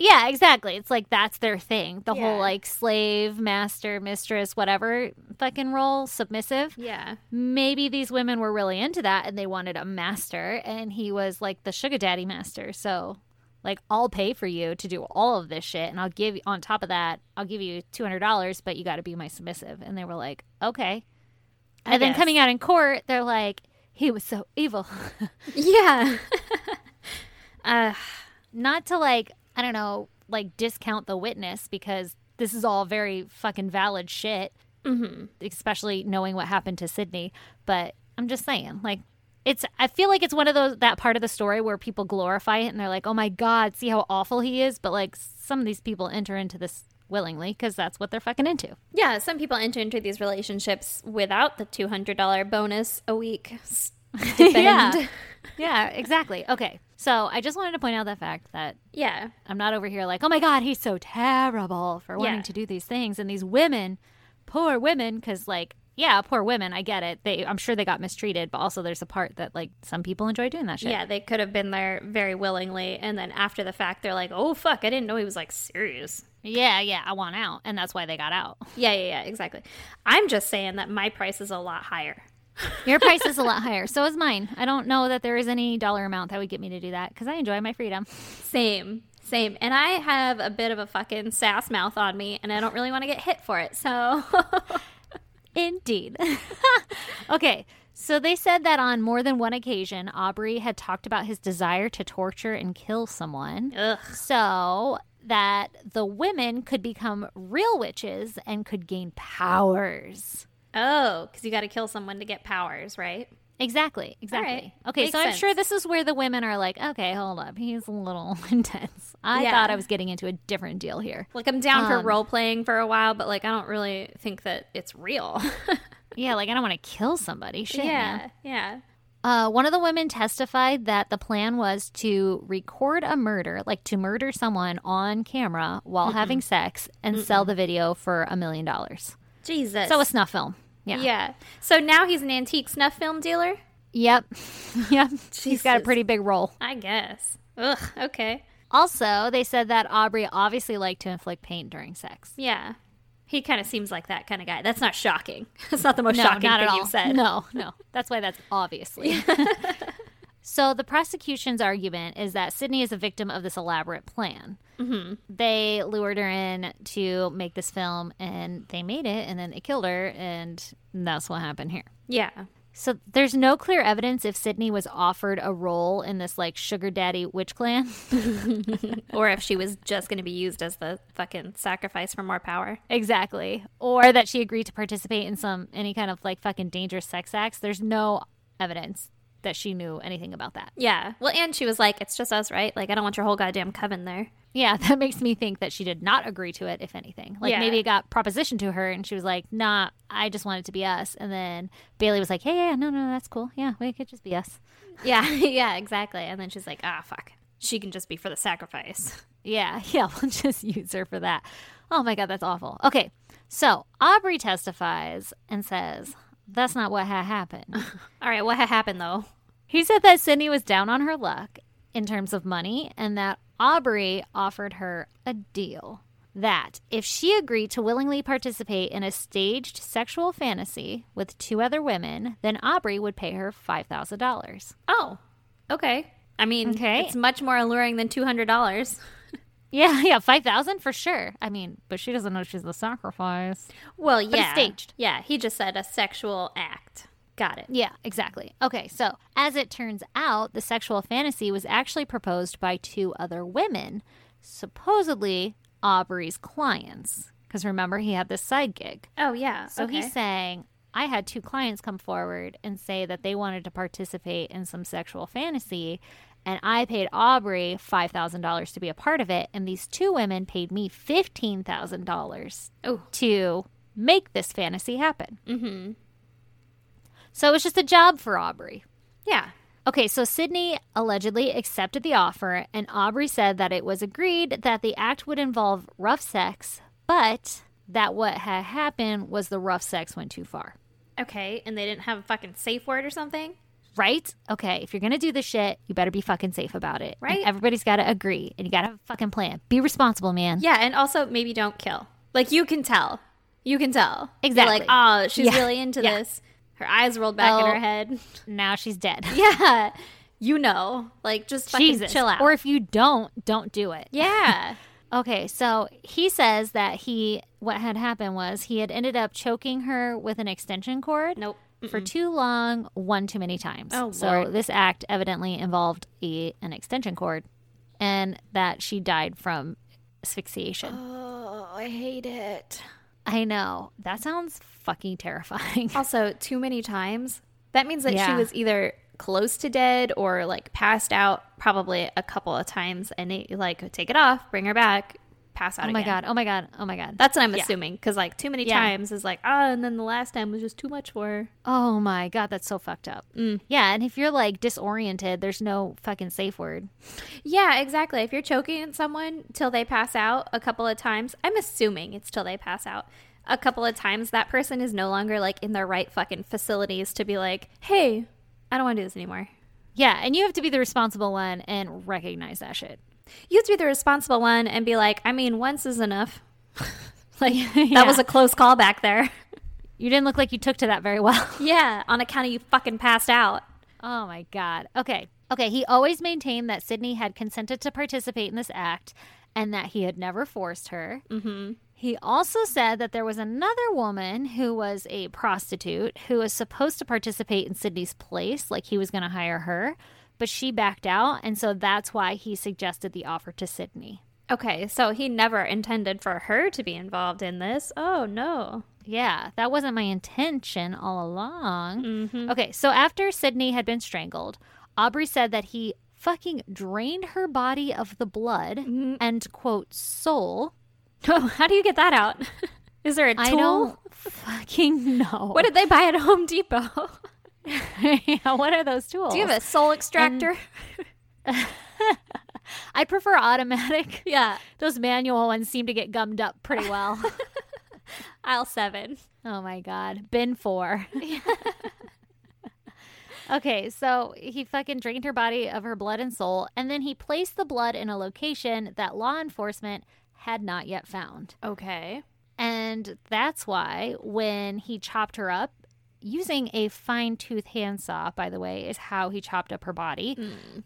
Speaker 1: Yeah, exactly. It's like that's their thing. The
Speaker 2: Yeah.
Speaker 1: whole like slave, master, mistress, whatever fucking role, submissive.
Speaker 2: Yeah.
Speaker 1: Maybe these women were really into that and they wanted a master, and he was like the sugar daddy master. So, like, I'll pay for you to do all of this shit, and I'll give you, on top of that, I'll give you $200, but you got to be my submissive. And they were like, okay.
Speaker 2: I
Speaker 1: And then
Speaker 2: guess.
Speaker 1: coming out in court, they're like, he was so evil.
Speaker 2: Yeah. uh,
Speaker 1: Not to like, I don't know, like discount the witness because this is all very fucking valid shit, Mm-hmm. especially knowing what happened to Sydney. But I'm just saying, like, it's, I feel like it's one of those, that part of the story where people glorify it and they're like, oh my God, see how awful he is. But like, some of these people enter into this willingly because that's what they're fucking into.
Speaker 2: yeah, some people enter into these relationships without the $200 bonus a week stipend.
Speaker 1: Yeah. Yeah, exactly. Okay. So I just wanted to point out that fact that
Speaker 2: Yeah.
Speaker 1: I'm not over here like, oh my God, he's so terrible for wanting
Speaker 2: Yeah.
Speaker 1: to do these things. And these women, poor women, because like, yeah, poor women, I get it. They, I'm sure they got mistreated, but also there's a part that like some people enjoy doing that shit.
Speaker 2: Yeah, they could have been there very willingly. And then after the fact, they're like, oh, fuck, I didn't know he was like serious.
Speaker 1: yeah, yeah, I want out, and that's why they got out.
Speaker 2: Yeah, yeah, yeah, exactly. I'm just saying that my price is a lot higher.
Speaker 1: Your price is a lot higher, so is mine. I don't know that there is any dollar amount that would get me to do that because I enjoy my freedom.
Speaker 2: Same, same. And I have a bit of a fucking sass mouth on me, and I don't really want to get hit for it. So,
Speaker 1: Indeed. okay, so they said that on more than one occasion, Aubrey had talked about his desire to torture and kill someone.
Speaker 2: ugh.
Speaker 1: so that the women could become real witches and could gain powers.
Speaker 2: Oh, because you got to kill someone to get powers, right?
Speaker 1: Exactly. Exactly.
Speaker 2: right.
Speaker 1: Okay,
Speaker 2: Makes
Speaker 1: so I'm
Speaker 2: sense.
Speaker 1: sure this is where the women are like, okay, hold up. He's a little intense. I
Speaker 2: Yeah.
Speaker 1: thought I was getting into a different deal here.
Speaker 2: Like I'm down
Speaker 1: Um,
Speaker 2: for role playing for a while, but like I don't really think that it's real.
Speaker 1: Yeah, like I don't want to kill somebody. Shit. man.
Speaker 2: yeah, yeah.
Speaker 1: Uh, one of the women testified that the plan was to record a murder, like to murder someone on camera while having sex and sell the video for a million dollars.
Speaker 2: Jesus.
Speaker 1: So a snuff film.
Speaker 2: yeah. So now he's an antique snuff film dealer.
Speaker 1: Yep. yep. He's got a
Speaker 2: Jesus.
Speaker 1: pretty big role.
Speaker 2: I guess. Ugh. Okay.
Speaker 1: Also, they said that Aubrey obviously liked to inflict pain during sex.
Speaker 2: Yeah. He kind of seems like that kind of guy. That's not shocking. That's not the most shocking
Speaker 1: not
Speaker 2: thing
Speaker 1: at all.
Speaker 2: you've said.
Speaker 1: No, no. That's why that's obviously. so the prosecution's argument is that Sydney is a victim of this elaborate plan. Mm-hmm. They lured her in to make this film, and they made it, and then they killed her, and that's what happened here.
Speaker 2: Yeah.
Speaker 1: So there's no clear evidence if Sydney was offered a role in this like sugar daddy witch clan.
Speaker 2: Or if she was just going to be used as the fucking sacrifice for more power.
Speaker 1: Exactly. Or that she agreed to participate in some any kind of like fucking dangerous sex acts. There's no evidence that she knew anything about that.
Speaker 2: Yeah. Well, and she was like, it's just us, right? Like, I don't want your whole goddamn coven there.
Speaker 1: Yeah, that makes me think that she did not agree to it, if anything. Like
Speaker 2: Yeah.
Speaker 1: maybe it got propositioned to her and she was like, nah, I just want it to be us. And then Bailey was like, hey, yeah, no, no, that's cool. Yeah, we could just be us.
Speaker 2: Yeah. yeah, exactly. And then she's like, ah, fuck. She can just be for the sacrifice.
Speaker 1: Yeah, yeah, we'll just use her for that. Oh my God, that's awful. Okay, so Aubrey testifies and says, that's not what ha happened.
Speaker 2: All right. What ha- happened, though?
Speaker 1: He said that Sydney was down on her luck in terms of money and that Aubrey offered her a deal. That if she agreed to willingly participate in a staged sexual fantasy with two other women, then Aubrey would pay her $5,000.
Speaker 2: Oh, okay. I mean,
Speaker 1: Okay.
Speaker 2: it's much more alluring than $200.
Speaker 1: Yeah, yeah, 5000 for sure. I mean, but she doesn't know she's the sacrifice.
Speaker 2: Well,
Speaker 1: it's
Speaker 2: yeah.
Speaker 1: staged.
Speaker 2: Yeah. He just said a sexual act. Got it.
Speaker 1: Yeah, exactly. Okay, so as it turns out, the sexual fantasy was actually proposed by two other women, supposedly Aubrey's clients. Because remember, he had this side gig.
Speaker 2: Oh, yeah.
Speaker 1: So he's saying, I had two clients come forward and say that they wanted to participate in some sexual fantasy, and I paid Aubrey $5,000 to be a part of it, and these two women paid me $15,000
Speaker 2: oh,
Speaker 1: to make this fantasy happen. Mm-hmm. So it was just a job for Aubrey.
Speaker 2: yeah.
Speaker 1: Okay, so Sydney allegedly accepted the offer, and Aubrey said that it was agreed that the act would involve rough sex, but that what had happened was the rough sex went too far.
Speaker 2: Okay. And they didn't have a fucking safe word or something?
Speaker 1: Right? Okay, if you're gonna do this shit, you better be fucking safe about it. And
Speaker 2: Right.
Speaker 1: everybody's gotta agree, and you gotta have a fucking plan. Be responsible, man.
Speaker 2: Yeah, and also maybe don't kill. Like you can tell. You can tell. You're
Speaker 1: Exactly.
Speaker 2: like, oh, she's
Speaker 1: Yeah.
Speaker 2: really into
Speaker 1: Yeah.
Speaker 2: this. Her eyes rolled back in
Speaker 1: Oh.
Speaker 2: her head.
Speaker 1: Now she's dead.
Speaker 2: yeah. You know. Like just fucking
Speaker 1: Jesus.
Speaker 2: chill out.
Speaker 1: Or if you don't, don't do it.
Speaker 2: yeah.
Speaker 1: Okay, so he says that he what had happened was he had ended up choking her with an extension cord.
Speaker 2: Nope.
Speaker 1: For too long, one too many times.
Speaker 2: Oh,
Speaker 1: so
Speaker 2: Lord.
Speaker 1: this act evidently involved a, an extension cord and that she died from asphyxiation.
Speaker 2: oh, I hate it.
Speaker 1: I know. That sounds fucking terrifying.
Speaker 2: Also, too many times. That means that she
Speaker 1: Yeah.
Speaker 2: was either close to dead or like passed out probably a couple of times and they like take it off, bring her back, pass out
Speaker 1: Oh my god. Oh my god. Oh my god.
Speaker 2: That's what I'm assuming cuz like too many
Speaker 1: Yeah.
Speaker 2: times is like, oh, and then the last time was just too much for her.
Speaker 1: oh my god, that's so fucked up.
Speaker 2: Mm.
Speaker 1: Yeah, and if you're like disoriented, there's no fucking safe word.
Speaker 2: Yeah, exactly. If you're choking at someone till they pass out a couple of times, I'm assuming it's till they pass out a couple of times, that person is no longer like in their right fucking facilities to be like, hey, I don't want to do this anymore.
Speaker 1: Yeah, and you have to be the responsible one and recognize that shit.
Speaker 2: You have to be the responsible one and be like, I mean, once is enough. like,
Speaker 1: Yeah.
Speaker 2: that was a close call back there.
Speaker 1: You didn't look like you took to that very well.
Speaker 2: yeah, on account of you fucking passed out.
Speaker 1: Oh my God. Okay. Okay. He always maintained that Sydney had consented to participate in this act and that he had never forced her. Mm-hmm. He also said that there was another woman who was a prostitute who was supposed to participate in Sydney's place, like he was going to hire her, but she backed out. And so that's why he suggested the offer to Sydney.
Speaker 2: Okay, so he never intended for her to be involved in this. Oh, no.
Speaker 1: Yeah, that wasn't my intention all along.
Speaker 2: Mm-hmm.
Speaker 1: Okay, so after Sydney had been strangled, Aubrey said that he fucking drained her body of the blood
Speaker 2: Mm-hmm.
Speaker 1: and, quote, soul.
Speaker 2: How do you get that out? Is there a tool?
Speaker 1: I don't fucking know.
Speaker 2: What did they buy at Home Depot?
Speaker 1: yeah, what are those tools?
Speaker 2: a soul extractor?
Speaker 1: I prefer automatic.
Speaker 2: yeah,
Speaker 1: Those manual ones seem to get gummed up pretty well.
Speaker 2: aisle seven.
Speaker 1: Oh my God. Bin four. okay, so he fucking drained her body of her blood and soul, and then he placed the blood in a location that law enforcement had not yet found.
Speaker 2: Okay.
Speaker 1: And that's why when he chopped her up, using a fine tooth handsaw, by the way, is how he chopped up her body,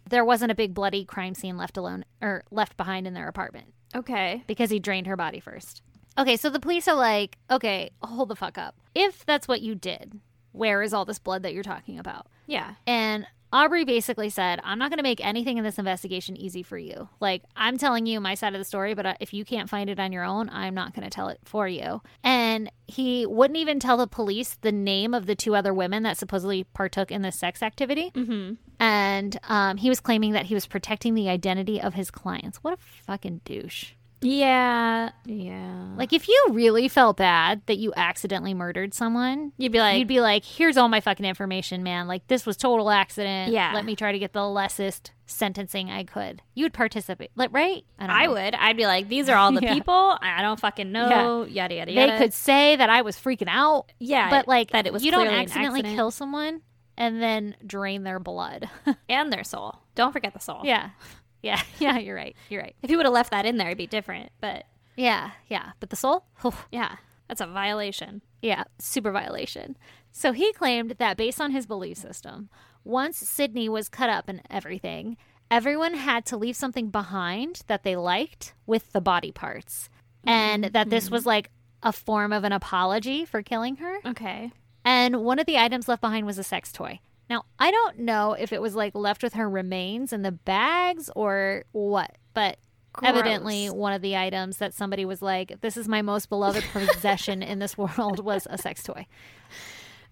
Speaker 1: there wasn't a big bloody crime scene left alone or left behind in their apartment
Speaker 2: Okay.
Speaker 1: because he drained her body first. Okay, so the police are like, okay, hold the fuck up. If that's what you did, where is all this blood that you're talking about?
Speaker 2: Yeah.
Speaker 1: And Aubrey basically said, I'm not going to make anything in this investigation easy for you. Like, I'm telling you my side of the story, but uh, if you can't find it on your own, I'm not going to tell it for you. And he wouldn't even tell the police the name of the two other women that supposedly partook in the sex activity. Mm-hmm. And um, he was claiming that he was protecting the identity of his clients. What a fucking douche.
Speaker 2: Yeah. Yeah.
Speaker 1: Like, if you really felt bad that you accidentally murdered someone,
Speaker 2: You'd be like,
Speaker 1: you'd be like, here's all my fucking information, man. Like, this was total accident.
Speaker 2: Yeah.
Speaker 1: Let me try to get the lessest sentencing I could. You would participate, like, right? don't
Speaker 2: I
Speaker 1: know.
Speaker 2: would. I'd be like, these are all the
Speaker 1: Yeah.
Speaker 2: people. I don't fucking know. Yada yada
Speaker 1: They
Speaker 2: yada.
Speaker 1: could say that I was freaking out,
Speaker 2: yeah,
Speaker 1: but like,
Speaker 2: that it was
Speaker 1: you don't
Speaker 2: clearly an
Speaker 1: accidentally
Speaker 2: accident.
Speaker 1: kill someone and then drain their blood.
Speaker 2: and their soul. Don't forget the soul.
Speaker 1: yeah. Yeah. Yeah. You're right. You're right.
Speaker 2: If you would have left that in there, it'd be different. But
Speaker 1: Yeah. Yeah. But the soul? Oh, Oof.
Speaker 2: yeah, that's a violation.
Speaker 1: Yeah, super violation. So he claimed that based on his belief system, once Sydney was cut up and everything, everyone had to leave something behind that they liked with the body parts. And that this was like a form of an apology for killing her.
Speaker 2: Okay.
Speaker 1: And one of the items left behind was a sex toy. Now, I don't know if it was like left with her remains in the bags or what, but evidently
Speaker 2: Gross.
Speaker 1: one of the items that somebody was like, this is my most beloved possession in this world was a sex toy.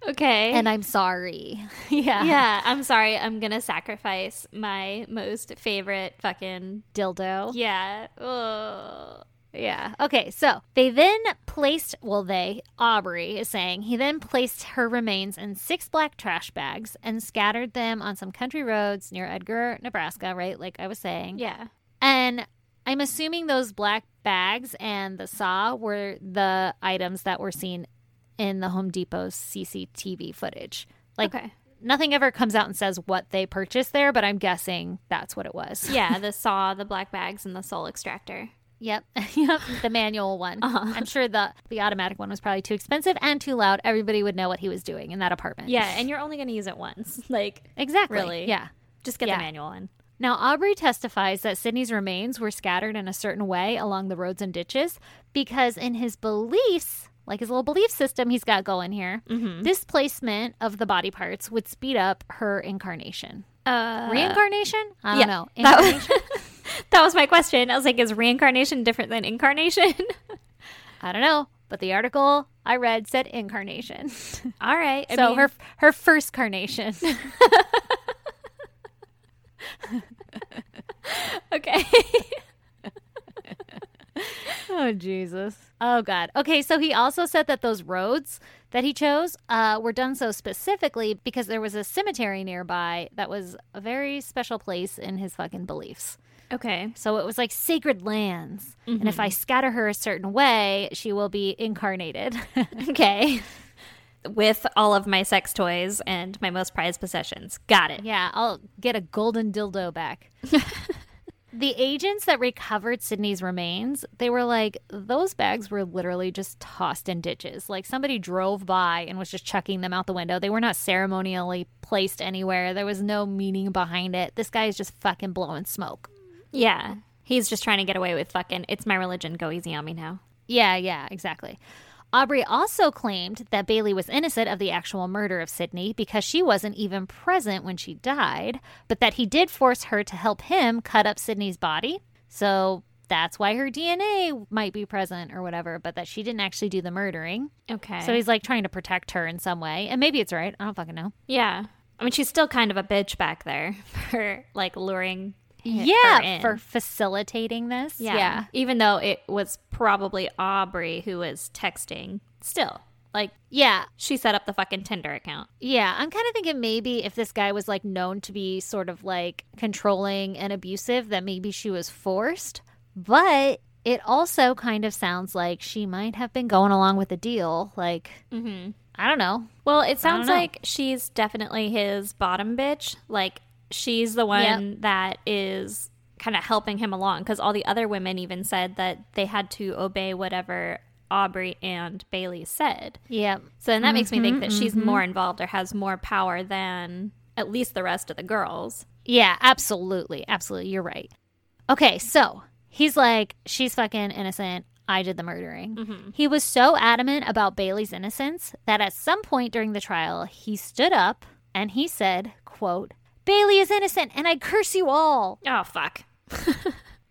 Speaker 2: Okay.
Speaker 1: And I'm sorry. yeah.
Speaker 2: yeah, uh, I'm sorry. I'm gonna sacrifice my most favorite fucking
Speaker 1: Dildo.
Speaker 2: yeah. Ugh.
Speaker 1: Yeah. Okay. So they then placed, well, they, Aubrey is saying, he then placed her remains in six black trash bags and scattered them on some country roads near Edgar, Nebraska, right? Like I was saying.
Speaker 2: Yeah.
Speaker 1: And I'm assuming those black bags and the saw were the items that were seen in the Home Depot's CCTV footage. Like
Speaker 2: okay.
Speaker 1: nothing ever comes out and says what they purchased there, but I'm guessing that's what it was.
Speaker 2: Yeah, the saw, the black bags, and the soul extractor.
Speaker 1: Yep. yep. The manual one.
Speaker 2: Uh-huh.
Speaker 1: I'm sure the the automatic one was probably too expensive and too loud. Everybody would know what he was doing in that apartment.
Speaker 2: Yeah, and you're only gonna use it once. Like,
Speaker 1: Exactly.
Speaker 2: Really?
Speaker 1: Yeah.
Speaker 2: just get
Speaker 1: Yeah.
Speaker 2: the manual in.
Speaker 1: Now, Aubrey testifies that Sidney's remains were scattered in a certain way along the roads and ditches because, in his beliefs, like his little belief system he's got going here,
Speaker 2: Mm-hmm.
Speaker 1: this placement of the body parts would speed up her incarnation.
Speaker 2: Uh,
Speaker 1: Reincarnation? I don't
Speaker 2: yeah,
Speaker 1: know.
Speaker 2: that was-
Speaker 1: Incarnation?
Speaker 2: that was my question. I was like, is reincarnation different than incarnation?
Speaker 1: I don't know. But the article I read said incarnation.
Speaker 2: All right. I
Speaker 1: so
Speaker 2: mean,
Speaker 1: her her first carnation.
Speaker 2: okay.
Speaker 1: Oh Jesus! Oh God. Okay, so he also said that those roads that he chose uh, were done so specifically because there was a cemetery nearby that was a very special place in his fucking beliefs.
Speaker 2: okay.
Speaker 1: So it was like sacred lands, and if I scatter her a certain way, she will be incarnated.
Speaker 2: Okay. With all of my sex toys and my most prized possessions. Got it.
Speaker 1: yeah, I'll get a golden dildo back. the agents that recovered Sydney's remains, they were like, those bags were literally just tossed in ditches. Like somebody drove by and was just chucking them out the window. They were not ceremonially placed anywhere. There was no meaning behind it. This guy is just fucking blowing smoke.
Speaker 2: Yeah. He's just trying to get away with fucking, it's my religion. Go easy on me now.
Speaker 1: Yeah, yeah, exactly. Aubrey also claimed that Bailey was innocent of the actual murder of Sydney because she wasn't even present when she died, but that he did force her to help him cut up Sydney's body. So that's why her DNA might be present or whatever, but that she didn't actually do the murdering.
Speaker 2: Okay.
Speaker 1: So he's like trying to protect her in some way. And maybe it's right. I don't fucking know.
Speaker 2: yeah. I mean, she's still kind of a bitch back there for like luring. hi- her
Speaker 1: Yeah,
Speaker 2: in.
Speaker 1: for facilitating this.
Speaker 2: yeah. Even though it was probably Aubrey who was texting, still. Like,
Speaker 1: Yeah.
Speaker 2: she set up the fucking Tinder account.
Speaker 1: Yeah, I'm kind of thinking maybe if this guy was like known to be sort of like controlling and abusive, that maybe she was forced. But it also kind of sounds like she might have been going along with the deal. Like, I don't know.
Speaker 2: Well, it sounds
Speaker 1: know.
Speaker 2: like she's definitely his bottom bitch. Like she's the one that is kind of helping him along because all the other women even said that they had to obey whatever Aubrey and Bailey said.
Speaker 1: Yeah.
Speaker 2: So then that makes me think that she's more involved or has more power than at least the rest of the girls.
Speaker 1: Yeah, absolutely. Absolutely. You're right. Okay, so he's like, she's fucking innocent. I did the murdering. He was so adamant about Bailey's innocence that at some point during the trial, he stood up and he said, quote, Bailey is innocent and I curse you all.
Speaker 2: Oh, fuck.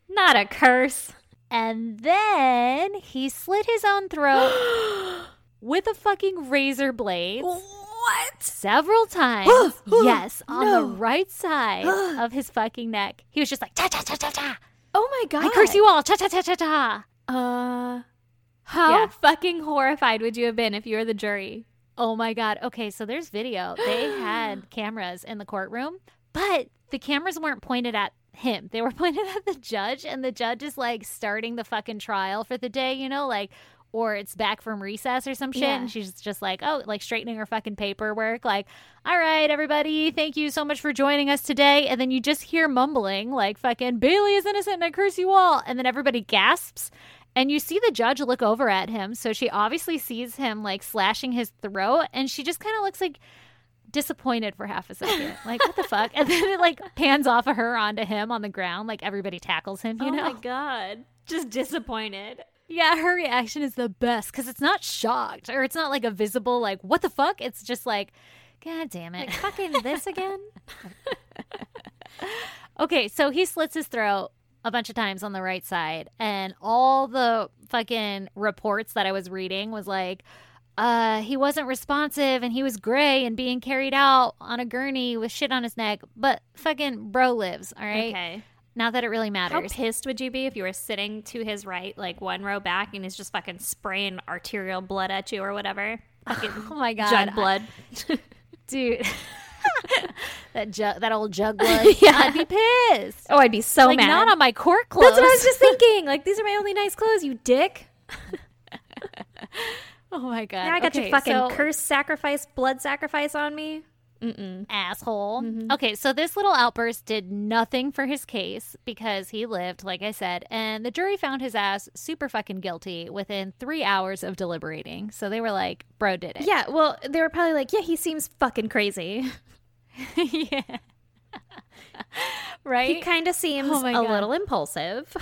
Speaker 2: Not a curse.
Speaker 1: And then he slit his own throat with a fucking razor blade
Speaker 2: Oh. What?
Speaker 1: several times. yes, on the right side of his fucking neck. He was just like, ta ta ta ta ta.
Speaker 2: Oh my god.
Speaker 1: I curse you all. Ta ta ta ta ta.
Speaker 2: Uh, how
Speaker 1: Yeah.
Speaker 2: fucking horrified would you have been if you were the jury?
Speaker 1: Oh my God. Okay, so there's video. They had cameras in the courtroom, but the cameras weren't pointed at him. They were pointed at the judge, and the judge is like starting the fucking trial for the day, you know, like, or it's back from recess or some shit.
Speaker 2: Yeah.
Speaker 1: And she's just like, oh, like straightening her fucking paperwork, like, all right, everybody, thank you so much for joining us today. And then you just hear mumbling, like, fucking Bailey is innocent and I curse you all. And then everybody gasps. And you see the judge look over at him. So she obviously sees him like slashing his throat. And she just kind of looks like disappointed for half a second. Like, what the fuck? And then it like pans off of her onto him on the ground. Like everybody tackles him, you
Speaker 2: oh
Speaker 1: know?
Speaker 2: my god. Just disappointed.
Speaker 1: Yeah, her reaction is the best because it's not shocked or it's not like a visible, like, what the fuck? It's just like, God damn it.
Speaker 2: Like fucking this again?
Speaker 1: Okay, so he slits his throat a bunch of times on the right side, and all the fucking reports that I was reading was like, uh, he wasn't responsive and he was gray and being carried out on a gurney with shit on his neck, but fucking bro lives, all right?
Speaker 2: Okay.
Speaker 1: Not that it really
Speaker 2: How
Speaker 1: matters.
Speaker 2: pissed would you be if you were sitting to his right, like one row back, and he's just fucking spraying arterial blood at you or whatever? Fucking
Speaker 1: oh my God.
Speaker 2: jug blood.
Speaker 1: Dude. that jug, that old jug was.
Speaker 2: Yeah.
Speaker 1: I'd be pissed.
Speaker 2: Oh, I'd be so
Speaker 1: like,
Speaker 2: mad.
Speaker 1: not on my court clothes.
Speaker 2: That's what I was just thinking. Like, these are my only nice clothes, you dick.
Speaker 1: oh my God.
Speaker 2: Now I got
Speaker 1: Okay,
Speaker 2: your fucking
Speaker 1: so-
Speaker 2: curse sacrifice, blood sacrifice on me. Mm-mm.
Speaker 1: asshole.
Speaker 2: Mm-hmm.
Speaker 1: Okay, so this little outburst did nothing for his case because he lived, like I said, and the jury found his ass super fucking guilty within three hours of deliberating. So they were like, bro did it.
Speaker 2: Yeah, well, they were probably like, yeah, he seems fucking crazy.
Speaker 1: yeah. right?
Speaker 2: He kind of seems
Speaker 1: Oh my
Speaker 2: a
Speaker 1: God.
Speaker 2: little impulsive.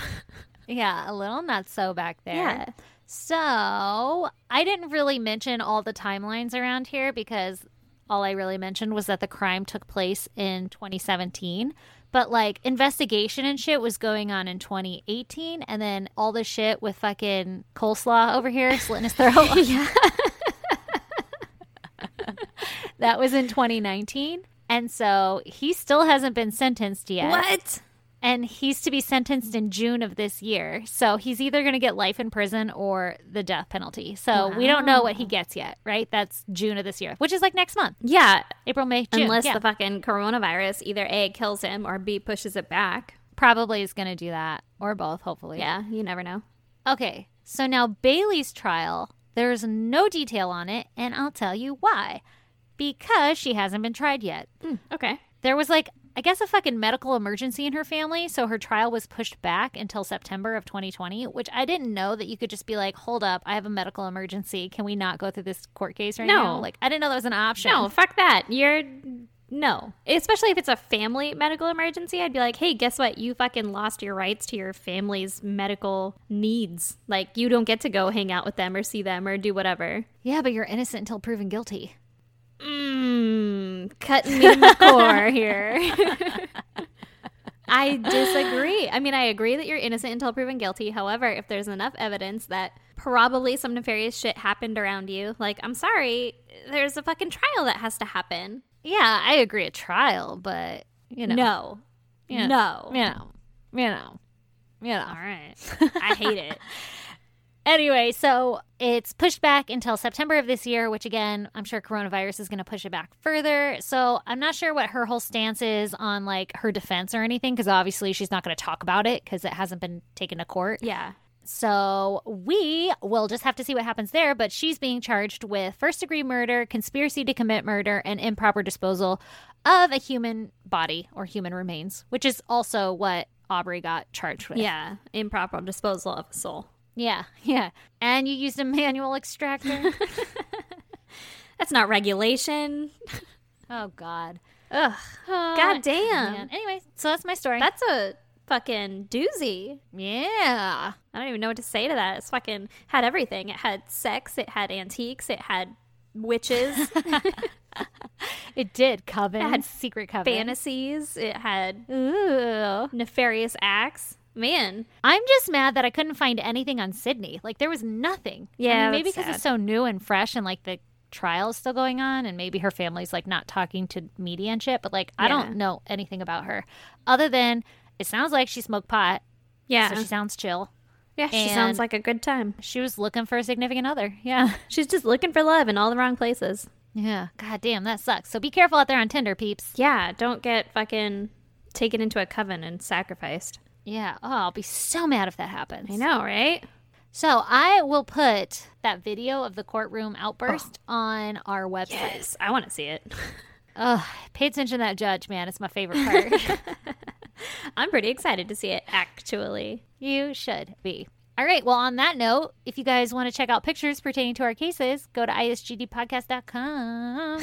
Speaker 1: yeah, a little not so back there.
Speaker 2: Yeah.
Speaker 1: So I didn't really mention all the timelines around here because all I really mentioned was that the crime took place in 2017. But like investigation and shit was going on in 2018, and then all the shit with fucking coleslaw over here slitting his throat. yeah, that was in 2019, and so he still hasn't been sentenced yet
Speaker 2: What?
Speaker 1: and he's to be sentenced in June of this year. So he's either going to get life in prison or the death penalty. So we don't know what he gets yet, right? That's June of this year, which is like next month,
Speaker 2: Yeah,
Speaker 1: April, May, June.
Speaker 2: unless
Speaker 1: yeah,
Speaker 2: the fucking coronavirus either A kills him or B pushes it back.
Speaker 1: probably is going to do that or both, hopefully.
Speaker 2: Yeah, you never know.
Speaker 1: Okay. So now Bailey's trial, there's no detail on it, and I'll tell you why. Because she hasn't been tried yet.
Speaker 2: Okay.
Speaker 1: There was like I guess a fucking medical emergency in her family, so her trial was pushed back until September of 2020, which I didn't know that you could just be like, "Hold up, I have a medical emergency. Can we not go through this court case right
Speaker 2: No.
Speaker 1: now?" Like, I didn't know that was an option.
Speaker 2: No, fuck that. You're no. Especially if it's a family medical emergency, I'd be like, "Hey, guess what? You fucking lost your rights to your family's medical needs. Like you don't get to go hang out with them or see them or do whatever."
Speaker 1: Yeah, but you're innocent until proven guilty.
Speaker 2: Mmm, cutting me to the core here. I disagree. I mean, I agree that you're innocent until proven guilty. However, if there's enough evidence that probably some nefarious shit happened around you, like, I'm sorry, there's a fucking trial that has to happen.
Speaker 1: Yeah, I agree a trial, but you know,
Speaker 2: No.
Speaker 1: Yeah.
Speaker 2: No.
Speaker 1: you know, you know, you know.
Speaker 2: All right. I hate it.
Speaker 1: Anyway, so it's pushed back until September of this year, which again, I'm sure coronavirus is going to push it back further. So I'm not sure what her whole stance is on like her defense or anything, because obviously she's not going to talk about it because it hasn't been taken to court.
Speaker 2: Yeah.
Speaker 1: So we will just have to see what happens there. But she's being charged with first degree murder, conspiracy to commit murder, and improper disposal of a human body or human remains, which is also what Aubrey got charged with.
Speaker 2: Yeah. Improper disposal of a soul.
Speaker 1: Yeah. Yeah. And you used a manual extractor.
Speaker 2: That's not regulation.
Speaker 1: Oh God. Oh,
Speaker 2: Ugh. God damn.
Speaker 1: Man. Anyway, so that's my story.
Speaker 2: That's a fucking doozy.
Speaker 1: yeah.
Speaker 2: I don't even know what to say to that. It's fucking had everything. It had sex, it had antiques, it had witches
Speaker 1: It did coven.
Speaker 2: It had
Speaker 1: secret coven.
Speaker 2: fantasies. It had
Speaker 1: Ooh.
Speaker 2: nefarious acts. Man,
Speaker 1: I'm just mad that I couldn't find anything on Sydney. Like there was nothing. I mean,
Speaker 2: Yeah,
Speaker 1: maybe
Speaker 2: that's
Speaker 1: because it's
Speaker 2: sad.
Speaker 1: so new and fresh, and like the trial's still going on, and maybe her family's like not talking to media and shit. But like, I
Speaker 2: Yeah.
Speaker 1: don't know anything about her, other than it sounds like she smoked pot,
Speaker 2: yeah,
Speaker 1: so she sounds chill.
Speaker 2: yeah. She
Speaker 1: and-
Speaker 2: sounds like a good time.
Speaker 1: She was looking for a significant other. Yeah.
Speaker 2: She's just looking for love in all the wrong places.
Speaker 1: Yeah. God damn, that sucks. So be careful out there on Tinder, peeps.
Speaker 2: Yeah, don't get fucking taken into a coven and sacrificed.
Speaker 1: Yeah. Oh, I'll be so mad if that happens.
Speaker 2: I know, right?
Speaker 1: So I will put that video of the courtroom outburst on our website.
Speaker 2: Yes, I want to see it.
Speaker 1: Ugh, pay attention to that judge, man. It's my favorite part.
Speaker 2: I'm pretty excited to see it. Actually,
Speaker 1: you should be. All right. Well, on that note, if you guys want to check out pictures pertaining to our cases, go to isgdpodcast.com.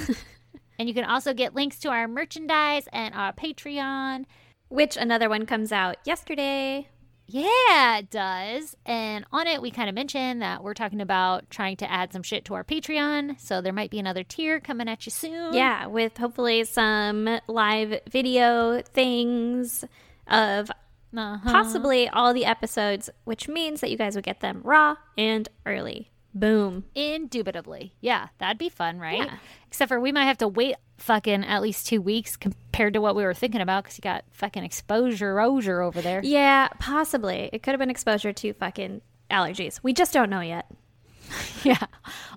Speaker 1: and you can also get links to our merchandise and our Patreon.
Speaker 2: which another one comes out yesterday.
Speaker 1: Yeah, it does. And on it, we kind of mentioned that we're talking about trying to add some shit to our Patreon. So there might be another tier coming at you soon.
Speaker 2: Yeah, with hopefully some live video things of
Speaker 1: Uh-huh.
Speaker 2: possibly all the episodes, which means that you guys would get them raw and early. Boom.
Speaker 1: Indubitably. Yeah, that'd be fun, right?
Speaker 2: Yeah.
Speaker 1: Except for we might have to wait fucking at least two weeks compared to what we were thinking about because you got fucking exposure osier over there.
Speaker 2: Yeah, possibly. It could have been exposure to fucking allergies. We just don't know yet.
Speaker 1: Yeah.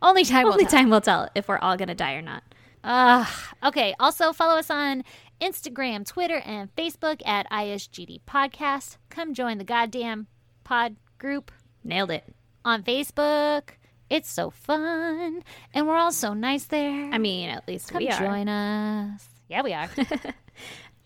Speaker 1: Only time will
Speaker 2: Only
Speaker 1: tell.
Speaker 2: time will tell if we're all going to die or not.
Speaker 1: Ugh. okay. Also, follow us on Instagram, Twitter, and Facebook at ISGD Podcast. Come join the goddamn pod group.
Speaker 2: Nailed it.
Speaker 1: on Facebook. It's so fun. And we're all so nice there.
Speaker 2: I mean, at least
Speaker 1: Come
Speaker 2: we are.
Speaker 1: join us. Yeah, we are.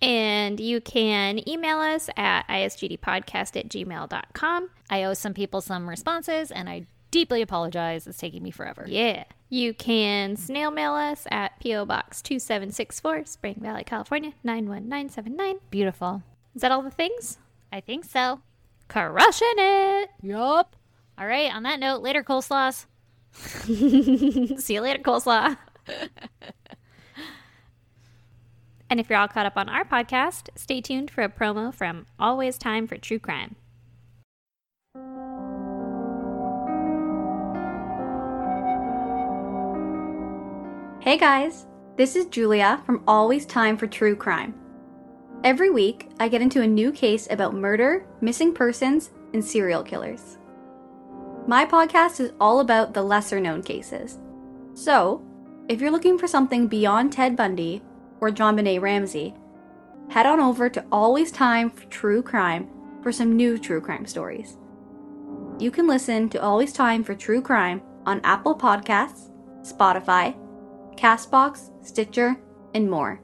Speaker 2: And you can email us at isgdpodcast at gmail.com.
Speaker 1: I owe some people some responses and I deeply apologize. It's taking me forever.
Speaker 2: Yeah. You can snail mail us at P.O. Box 2764, Spring Valley, California, 91979.
Speaker 1: Beautiful.
Speaker 2: Is that all the things?
Speaker 1: I think so.
Speaker 2: Crushing it.
Speaker 1: Yup. All right. On that note, later, coleslaws.
Speaker 2: See you later, coleslaw. and if you're all caught up on our podcast, stay tuned for a promo from Always Time for True Crime.
Speaker 4: Hey guys, this is Julia from Always Time for True Crime. Every week, I get into a new case about murder, missing persons, and serial killers. My podcast is all about the lesser known cases. So, if you're looking for something beyond Ted Bundy or John Benet Ramsey, head on over to Always Time for True Crime for some new true crime stories. You can listen to Always Time for True Crime on Apple Podcasts, Spotify, Castbox, Stitcher, and more.